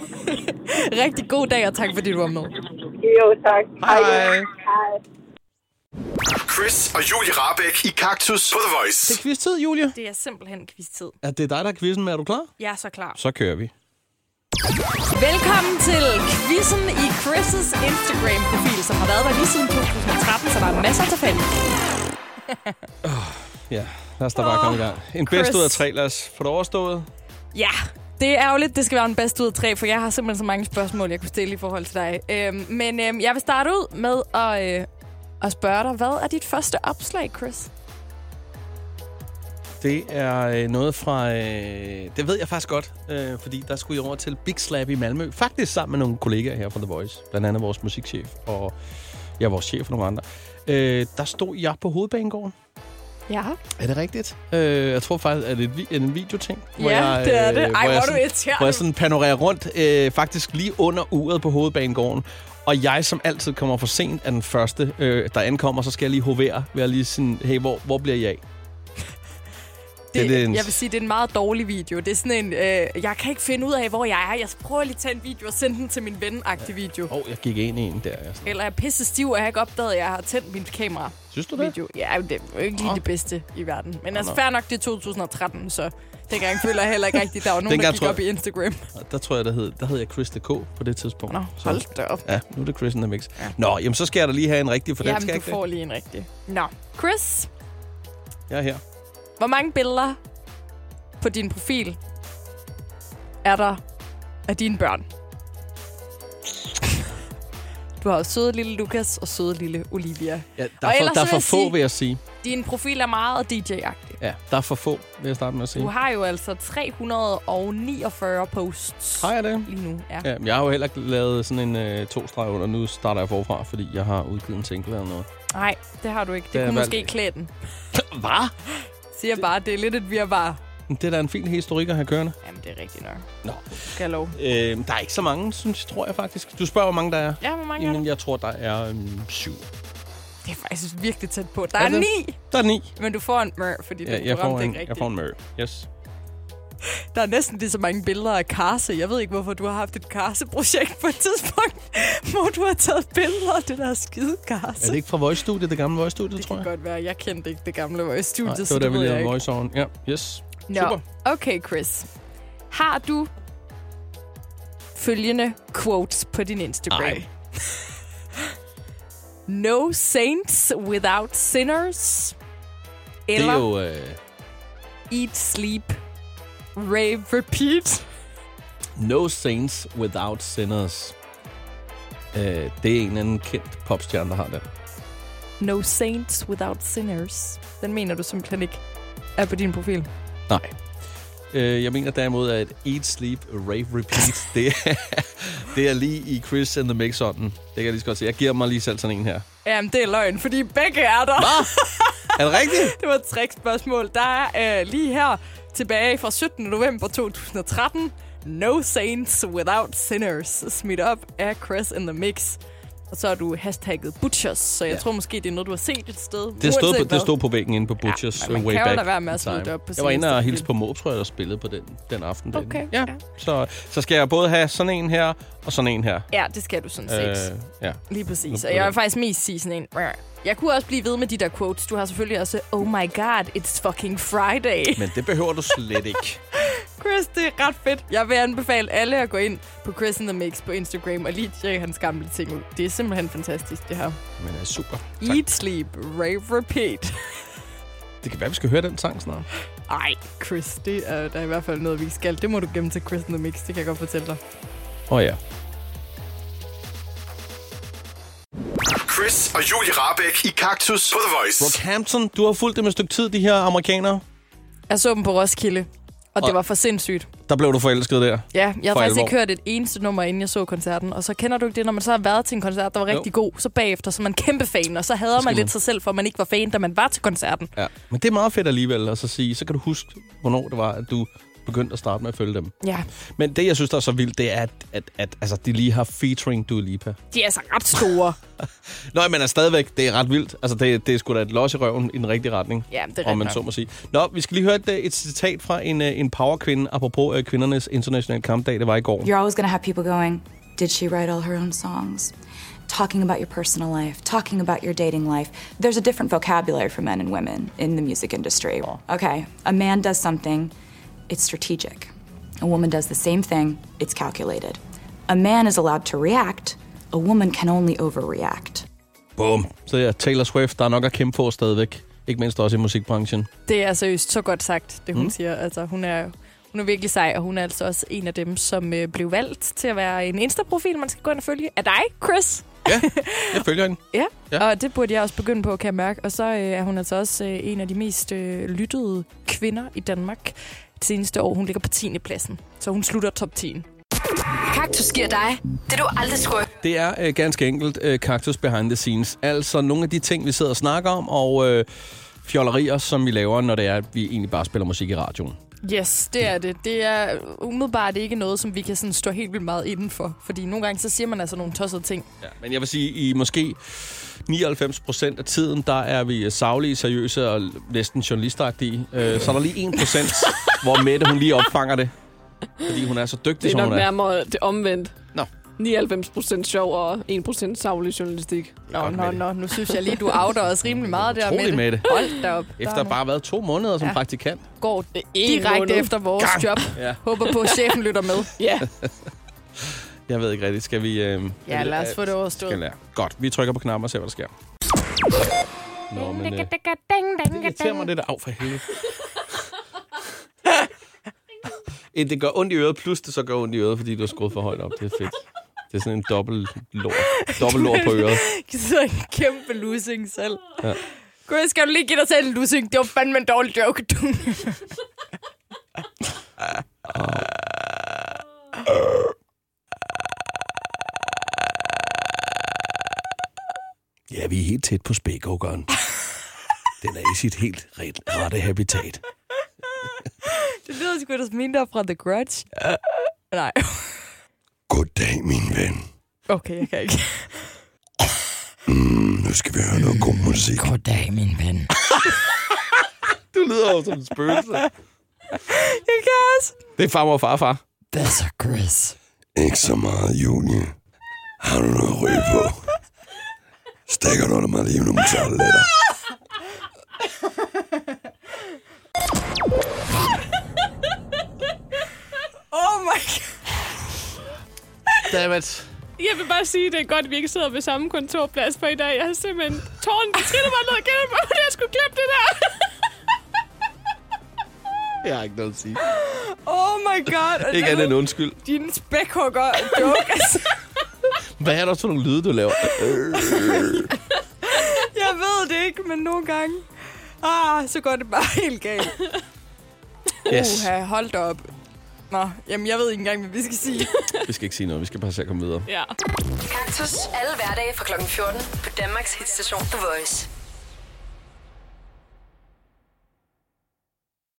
[SPEAKER 4] Rigtig god dag, og tak fordi du var med.
[SPEAKER 9] Jo, tak.
[SPEAKER 3] Hej. Hej.
[SPEAKER 9] Hej.
[SPEAKER 10] Chris og Julie Rabeck i Kaktus på The Voice.
[SPEAKER 3] Det er quiz-tid, Julie.
[SPEAKER 4] Det er simpelthen quiz-tid.
[SPEAKER 3] Er det dig, der er quizzen med? Er du klar?
[SPEAKER 4] Jeg er så klar.
[SPEAKER 3] Så kører vi.
[SPEAKER 4] Velkommen til quizzen i Chris' Instagram-profil, som har været der lige siden 2013, så der er masser til fælde.
[SPEAKER 3] Ja, lad os da bare komme i gang. En
[SPEAKER 4] Chris.
[SPEAKER 3] bedst ud af tre, lad os få det overstået.
[SPEAKER 4] Ja, det er jo lidt, det skal være en bedst ud af tre, for jeg har simpelthen så mange spørgsmål, jeg kunne stille i forhold til dig. Øhm, men øhm, jeg vil starte ud med at, øh, at spørge dig, hvad er dit første opslag, Chris?
[SPEAKER 3] Det er øh, noget fra... Øh, det ved jeg faktisk godt, øh, fordi der skulle jeg over til Big Slap i Malmø. Faktisk sammen med nogle kollegaer her fra The Voice. Blandt andet vores musikchef og... Ja, vores chef og nogle andre. Øh, der stod jeg på hovedbanegården.
[SPEAKER 4] Ja.
[SPEAKER 3] Er det rigtigt? Øh, jeg tror faktisk, at det er et vi- en videoting.
[SPEAKER 4] Ja, det er det. Ej,
[SPEAKER 3] hvor
[SPEAKER 4] hvor er
[SPEAKER 3] jeg
[SPEAKER 4] du
[SPEAKER 3] sådan,
[SPEAKER 4] irriterende.
[SPEAKER 3] hvor jeg sådan panorerer rundt, øh, faktisk lige under uret på hovedbanegården. Og jeg, som altid kommer for sent, er den første, øh, der ankommer, så skal jeg lige hovere. Ved at lige sådan, hey, hvor, hvor bliver jeg af?
[SPEAKER 4] Det,
[SPEAKER 3] er lidt en-
[SPEAKER 4] Jeg vil sige, det er en meget dårlig video. Det er sådan en, øh, jeg kan ikke finde ud af, hvor jeg er. Jeg prøver lige at tage en video og sende den til min ven-agtig video.
[SPEAKER 3] Åh, oh, jeg gik ind i en der. Jeg er sådan,
[SPEAKER 4] Eller jeg er pisse stiv, og jeg har ikke opdaget, at jeg har tændt mit kamera.
[SPEAKER 3] Synes du det?
[SPEAKER 4] Video. Ja, det er jo ikke lige det bedste i verden. Men
[SPEAKER 3] Nå,
[SPEAKER 4] altså,
[SPEAKER 3] nå.
[SPEAKER 4] fair nok, det er 2013, så dengang føler jeg heller ikke rigtigt, der var nogen, der
[SPEAKER 3] Dengang
[SPEAKER 4] gik
[SPEAKER 3] tror
[SPEAKER 4] op i
[SPEAKER 3] jeg-
[SPEAKER 4] Instagram.
[SPEAKER 3] Og der tror jeg, der hed, der hed jeg Chris the K på det tidspunkt. Nå,
[SPEAKER 4] hold da op.
[SPEAKER 3] Ja, nu er det Chris in the mix. Nå, jamen så skal jeg da lige have en rigtig, for den skal
[SPEAKER 4] Jamen,
[SPEAKER 3] jeg
[SPEAKER 4] du
[SPEAKER 3] ikke
[SPEAKER 4] får lige en rigtig. Nå, Chris,
[SPEAKER 3] det? Jeg er her.
[SPEAKER 4] hvor mange billeder på din profil er der af dine børn? Du har jo søde lille Lukas og søde lille Olivia.
[SPEAKER 3] Ja, der
[SPEAKER 4] Og
[SPEAKER 3] er for,
[SPEAKER 4] ellers
[SPEAKER 3] der er
[SPEAKER 4] så
[SPEAKER 3] for
[SPEAKER 4] vil
[SPEAKER 3] få,
[SPEAKER 4] jeg sige-
[SPEAKER 3] vil jeg sige.
[SPEAKER 4] Din profil er meget DJ-agtig.
[SPEAKER 3] Ja, der er for få, vil jeg starte med at sige.
[SPEAKER 4] Du har jo altså 349 posts.
[SPEAKER 3] Har jeg det?
[SPEAKER 4] Lige nu, ja.
[SPEAKER 3] Ja, men jeg har jo heller ikke lavet sådan en øh, to streg under. Nu starter jeg forfra, fordi jeg har udgivet en single eller noget.
[SPEAKER 4] Nej, det har du ikke. Det,
[SPEAKER 3] Det er
[SPEAKER 4] det kunne
[SPEAKER 3] valgt
[SPEAKER 4] måske
[SPEAKER 3] ikke.
[SPEAKER 4] klæde den.
[SPEAKER 3] Hvad?
[SPEAKER 4] Siger bare, det er lidt et virvar.
[SPEAKER 3] Men Det er da en fin historik at have kørende.
[SPEAKER 4] Jamen, det er rigtigt nok.
[SPEAKER 3] Nå.
[SPEAKER 4] Skal jeg lov.
[SPEAKER 3] Øh, der er ikke så mange, synes, tror jeg faktisk. Du spørger, hvor mange der er?
[SPEAKER 4] Ja, hvor mange er
[SPEAKER 3] Jamen, jeg tror, der er øhm, syv.
[SPEAKER 4] Det er faktisk virkelig tæt på. Der er,
[SPEAKER 3] Er det?
[SPEAKER 4] ni,
[SPEAKER 3] Der er ni.
[SPEAKER 4] men du får en mør, fordi
[SPEAKER 3] Ja,
[SPEAKER 4] du
[SPEAKER 3] jeg, får
[SPEAKER 4] ramte
[SPEAKER 3] en,
[SPEAKER 4] ikke
[SPEAKER 3] jeg
[SPEAKER 4] rigtigt.
[SPEAKER 3] får en mør. Yes.
[SPEAKER 4] Der er næsten lige så mange billeder af Karse. Jeg ved ikke, hvorfor du har haft et Karse-projekt på et tidspunkt, hvor du har taget billeder af det der skide Karse.
[SPEAKER 3] Er det ikke fra Voice Studio, det gamle Voice Studio, tror jeg?
[SPEAKER 4] kan godt være. Jeg kendte ikke det gamle
[SPEAKER 3] Nej,
[SPEAKER 4] Voice-studie,
[SPEAKER 3] det
[SPEAKER 4] så
[SPEAKER 3] var da
[SPEAKER 4] det
[SPEAKER 3] vi
[SPEAKER 4] ved jeg
[SPEAKER 3] lavede
[SPEAKER 4] ikke.
[SPEAKER 3] Voice On. Ja, yes.
[SPEAKER 4] Nå,
[SPEAKER 3] Super.
[SPEAKER 4] okay Chris. Har du følgende quotes på din Instagram?
[SPEAKER 3] Ej.
[SPEAKER 4] no saints without sinners. Eller
[SPEAKER 3] Det er jo... Øh,
[SPEAKER 4] eat, sleep, rave, repeat.
[SPEAKER 3] no saints without sinners. Øh, det er en eller anden kendt popstjerne, der har det.
[SPEAKER 4] No saints without sinners. Den mener du simpelthen ikke er på din profil.
[SPEAKER 3] Nej. Øh, jeg mener derimod, at Eat, Sleep, Rave, Repeat, det er, det er lige i Chris and the mix -on. Det kan jeg lige så godt se. Jeg giver mig lige selv sådan en her.
[SPEAKER 4] Jamen, det er løgn, fordi begge er der.
[SPEAKER 3] Hvad? Er det rigtigt?
[SPEAKER 4] det var et trickspørgsmål. Der er øh, lige her tilbage fra 17. november 2013. No Saints Without Sinners, smidt op af Chris in the Mix. Og så har du hashtagget Butchers, så jeg
[SPEAKER 3] Ja.
[SPEAKER 4] tror måske, det er noget, du har set et sted.
[SPEAKER 3] Det stod,
[SPEAKER 4] Uanset
[SPEAKER 3] på,
[SPEAKER 4] hvad.
[SPEAKER 3] det stod på væggen inde på Butchers
[SPEAKER 4] men man
[SPEAKER 3] way
[SPEAKER 4] kan jo
[SPEAKER 3] back
[SPEAKER 4] lade være med at
[SPEAKER 3] in
[SPEAKER 4] smide
[SPEAKER 3] time.
[SPEAKER 4] det op på
[SPEAKER 3] Jeg var
[SPEAKER 4] sin
[SPEAKER 3] inde og
[SPEAKER 4] Instagram.
[SPEAKER 3] hilse på Måb, tror jeg, der spillede på den, den aften. Okay.
[SPEAKER 4] Okay, ja.
[SPEAKER 3] Så, så skal jeg både have sådan en her, og sådan en her.
[SPEAKER 4] Ja, det skal du sådan set. Øh,
[SPEAKER 3] ja.
[SPEAKER 4] Lige præcis.
[SPEAKER 3] Nu-
[SPEAKER 4] Og jeg vil faktisk mest sige sådan en... Jeg kunne også blive ved med de der quotes. Du har selvfølgelig også, oh my god, it's fucking Friday.
[SPEAKER 3] Men det behøver du slet ikke.
[SPEAKER 4] Chris, det er ret fedt. Jeg vil anbefale alle at gå ind på Chris in the Mix på Instagram og lige tjekke hans gamle ting ud. Det er simpelthen fantastisk, det her.
[SPEAKER 3] Men det er super.
[SPEAKER 4] Tak. Eat, sleep, rave, repeat.
[SPEAKER 3] Det kan være, vi skal høre den sang snart.
[SPEAKER 4] Ej, Chris, det er der er i hvert fald noget, vi ikke skal. Det må du gemme til Chris in the Mix, det kan jeg godt fortælle dig.
[SPEAKER 3] Åh oh, ja.
[SPEAKER 10] Chris og Julie Rabeck i Kaktus på The Voice.
[SPEAKER 3] Rockhampton, du har fulgt dem et stykke tid, de her amerikanere.
[SPEAKER 4] Jeg så dem på Roskilde, og det var for sindssygt.
[SPEAKER 3] Der blev du forelsket der.
[SPEAKER 4] Ja, jeg har
[SPEAKER 3] For
[SPEAKER 4] faktisk
[SPEAKER 3] alvor.
[SPEAKER 4] ikke hørt et eneste nummer, inden jeg så koncerten. Og så kender du ikke det, når man så har været til en koncert, der var
[SPEAKER 3] Jo.
[SPEAKER 4] rigtig god, så bagefter, så er man kæmpe fan, og så hader man,
[SPEAKER 3] skal
[SPEAKER 4] man
[SPEAKER 3] man.
[SPEAKER 4] lidt sig selv, for at man ikke var fan, da man var til koncerten.
[SPEAKER 3] Ja. Men det er meget fedt alligevel at så sige, så kan du huske, hvornår det var, at du begyndte at starte med at følge dem.
[SPEAKER 4] Ja,
[SPEAKER 3] Men det, jeg synes, der er så vildt, det er, at, at, at altså, de lige har featuring Dua Lipa.
[SPEAKER 4] de er altså ret store.
[SPEAKER 3] Nå, men er stadigvæk, det er ret vildt. Altså, det, det er sgu da et los i røven i den rigtige retning.
[SPEAKER 4] Ja, det er
[SPEAKER 3] Om man
[SPEAKER 4] rigtig
[SPEAKER 3] så
[SPEAKER 4] nok.
[SPEAKER 3] må sige. Nå, vi skal lige høre et, øh, et citat fra en, øh, en powerkvinde, apropos øh, kvindernes internationale kampdag, det var i går.
[SPEAKER 11] You're always going to have people going, Did she write all her own songs? Talking about your personal life, talking about your dating life. There's a different vocabulary for men and women in the music industry. Okay, a man does something, it's strategic. A woman does the same thing, it's calculated. A man is allowed to react, a woman can only overreact.
[SPEAKER 3] Bum. Så ja, Taylor Swift, der er nok at kæmpe for stadigvæk. Ikke mindst også i musikbranchen.
[SPEAKER 4] Det er seriøst så godt sagt, det hun
[SPEAKER 3] Mm.
[SPEAKER 4] mm. siger. Altså, hun er, hun er virkelig sej, og hun er altså også en af dem, som øh, blev valgt til at være en Insta-profil, man skal gå ind og følge. Er dig, Chris?
[SPEAKER 3] Jeg følger hende.
[SPEAKER 4] Ja.
[SPEAKER 3] Ja.
[SPEAKER 4] ja, og det burde jeg også begynde på, kan jeg mærke. Og så øh, er hun altså også øh, en af de mest øh, lyttede kvinder i Danmark det seneste år. Hun ligger på 10. pladsen, så hun slutter top 10.
[SPEAKER 2] Kaktus giver dig det, du aldrig skulle.
[SPEAKER 3] Det er øh, ganske enkelt øh, Cactus Behind the Scenes. Altså nogle af de ting, vi sidder og snakker om, og øh, fjollerier, som vi laver, når det er, at vi egentlig bare spiller musik i radioen.
[SPEAKER 4] Yes, det er det. Det er umiddelbart ikke noget, som vi kan sådan stå helt vildt meget indenfor. Fordi nogle gange, så siger man altså nogle tossede ting.
[SPEAKER 3] Ja, men jeg vil sige, i måske 99 procent af tiden, der er vi øh, saglige, seriøse og næsten journalistagtige. Øh, så er der lige 1 procent, hvor Mette hun lige opfanger det. Fordi hun er så dygtig,
[SPEAKER 7] Det er
[SPEAKER 3] som
[SPEAKER 7] nok
[SPEAKER 3] hun er.
[SPEAKER 7] nærmere det omvendt.
[SPEAKER 3] Nå.
[SPEAKER 7] 99% sjov og 1% savlig journalistik.
[SPEAKER 4] Nå, nå, nå, nu synes jeg lige, du outer os rimelig meget der
[SPEAKER 3] Utrolig,
[SPEAKER 4] med det.
[SPEAKER 3] Mette.
[SPEAKER 4] Hold da op. Der
[SPEAKER 3] Efter
[SPEAKER 4] er
[SPEAKER 3] bare at have været to måneder som ja.
[SPEAKER 4] Ja.
[SPEAKER 3] praktikant.
[SPEAKER 4] går
[SPEAKER 7] en
[SPEAKER 4] direkte
[SPEAKER 7] måned.
[SPEAKER 4] efter vores
[SPEAKER 7] Gang.
[SPEAKER 4] Gang. job.
[SPEAKER 3] Ja.
[SPEAKER 4] Ja. Håber på, at chefen lytter med.
[SPEAKER 7] Ja.
[SPEAKER 3] Jeg ved ikke rigtigt. Skal vi... Øh,
[SPEAKER 4] Ja, lad os få det overstået.
[SPEAKER 3] Skal jeg lære. Godt, vi trykker på knappen og ser, hvad der sker. Nå, men... Øh, det irriterer mig det der. Af for helvede. Eh, det gør ondt i øret, plus det så gør ondt i øret, fordi du har skruet for højt op. Det er fedt. Det er sådan en dobbelt lort, dobbelt lort på øret.
[SPEAKER 4] Så en kæmpe losing selv.
[SPEAKER 3] Ja.
[SPEAKER 4] Gud, skal du lige give dig selv en losing? Det var fandme en dårlig joke, du.
[SPEAKER 3] Ja, vi er helt tæt på spækhuggeren. Den er i sit helt ret, rette habitat.
[SPEAKER 4] det lyder sgu da mindre fra The Grudge. Nej.
[SPEAKER 10] Goddag, min ven.
[SPEAKER 4] Okay, jeg kan ikke.
[SPEAKER 10] Mm, nu skal vi høre noget god musik. Goddag, min ven.
[SPEAKER 3] Du lyder jo som en spøgelse.
[SPEAKER 4] Jeg kan også.
[SPEAKER 3] Det er farmor og farfar.
[SPEAKER 10] Hvad så, Chris? Ikke så meget, Julie. Har du noget at ryge på? Stikker du dig mig lige nogle toiletter?
[SPEAKER 4] Oh my god.
[SPEAKER 3] Dammit.
[SPEAKER 7] Jeg vil bare sige, det er godt, at vi ikke sidder ved samme kontorplads på i dag. Jeg har simpelthen tårn triller mig ned gennem, og jeg skulle glemme det der.
[SPEAKER 3] Jeg har ikke noget at sige.
[SPEAKER 4] Oh my god.
[SPEAKER 3] Ikke andet end undskyld.
[SPEAKER 4] Din spækhugger joke.
[SPEAKER 3] Hvad er der for nogle lyde, du laver?
[SPEAKER 4] Jeg ved det ikke, men nogle gange... Ah, så går det bare helt galt.
[SPEAKER 3] Yes.
[SPEAKER 4] Uha, hold da op. Nå, jamen jeg ved ikke engang, hvad vi skal sige.
[SPEAKER 3] vi skal ikke sige noget. Vi skal bare se at komme videre.
[SPEAKER 4] ja.
[SPEAKER 2] Kaktus alle hverdage fra kl. 14 på Danmarks hitstation The Voice.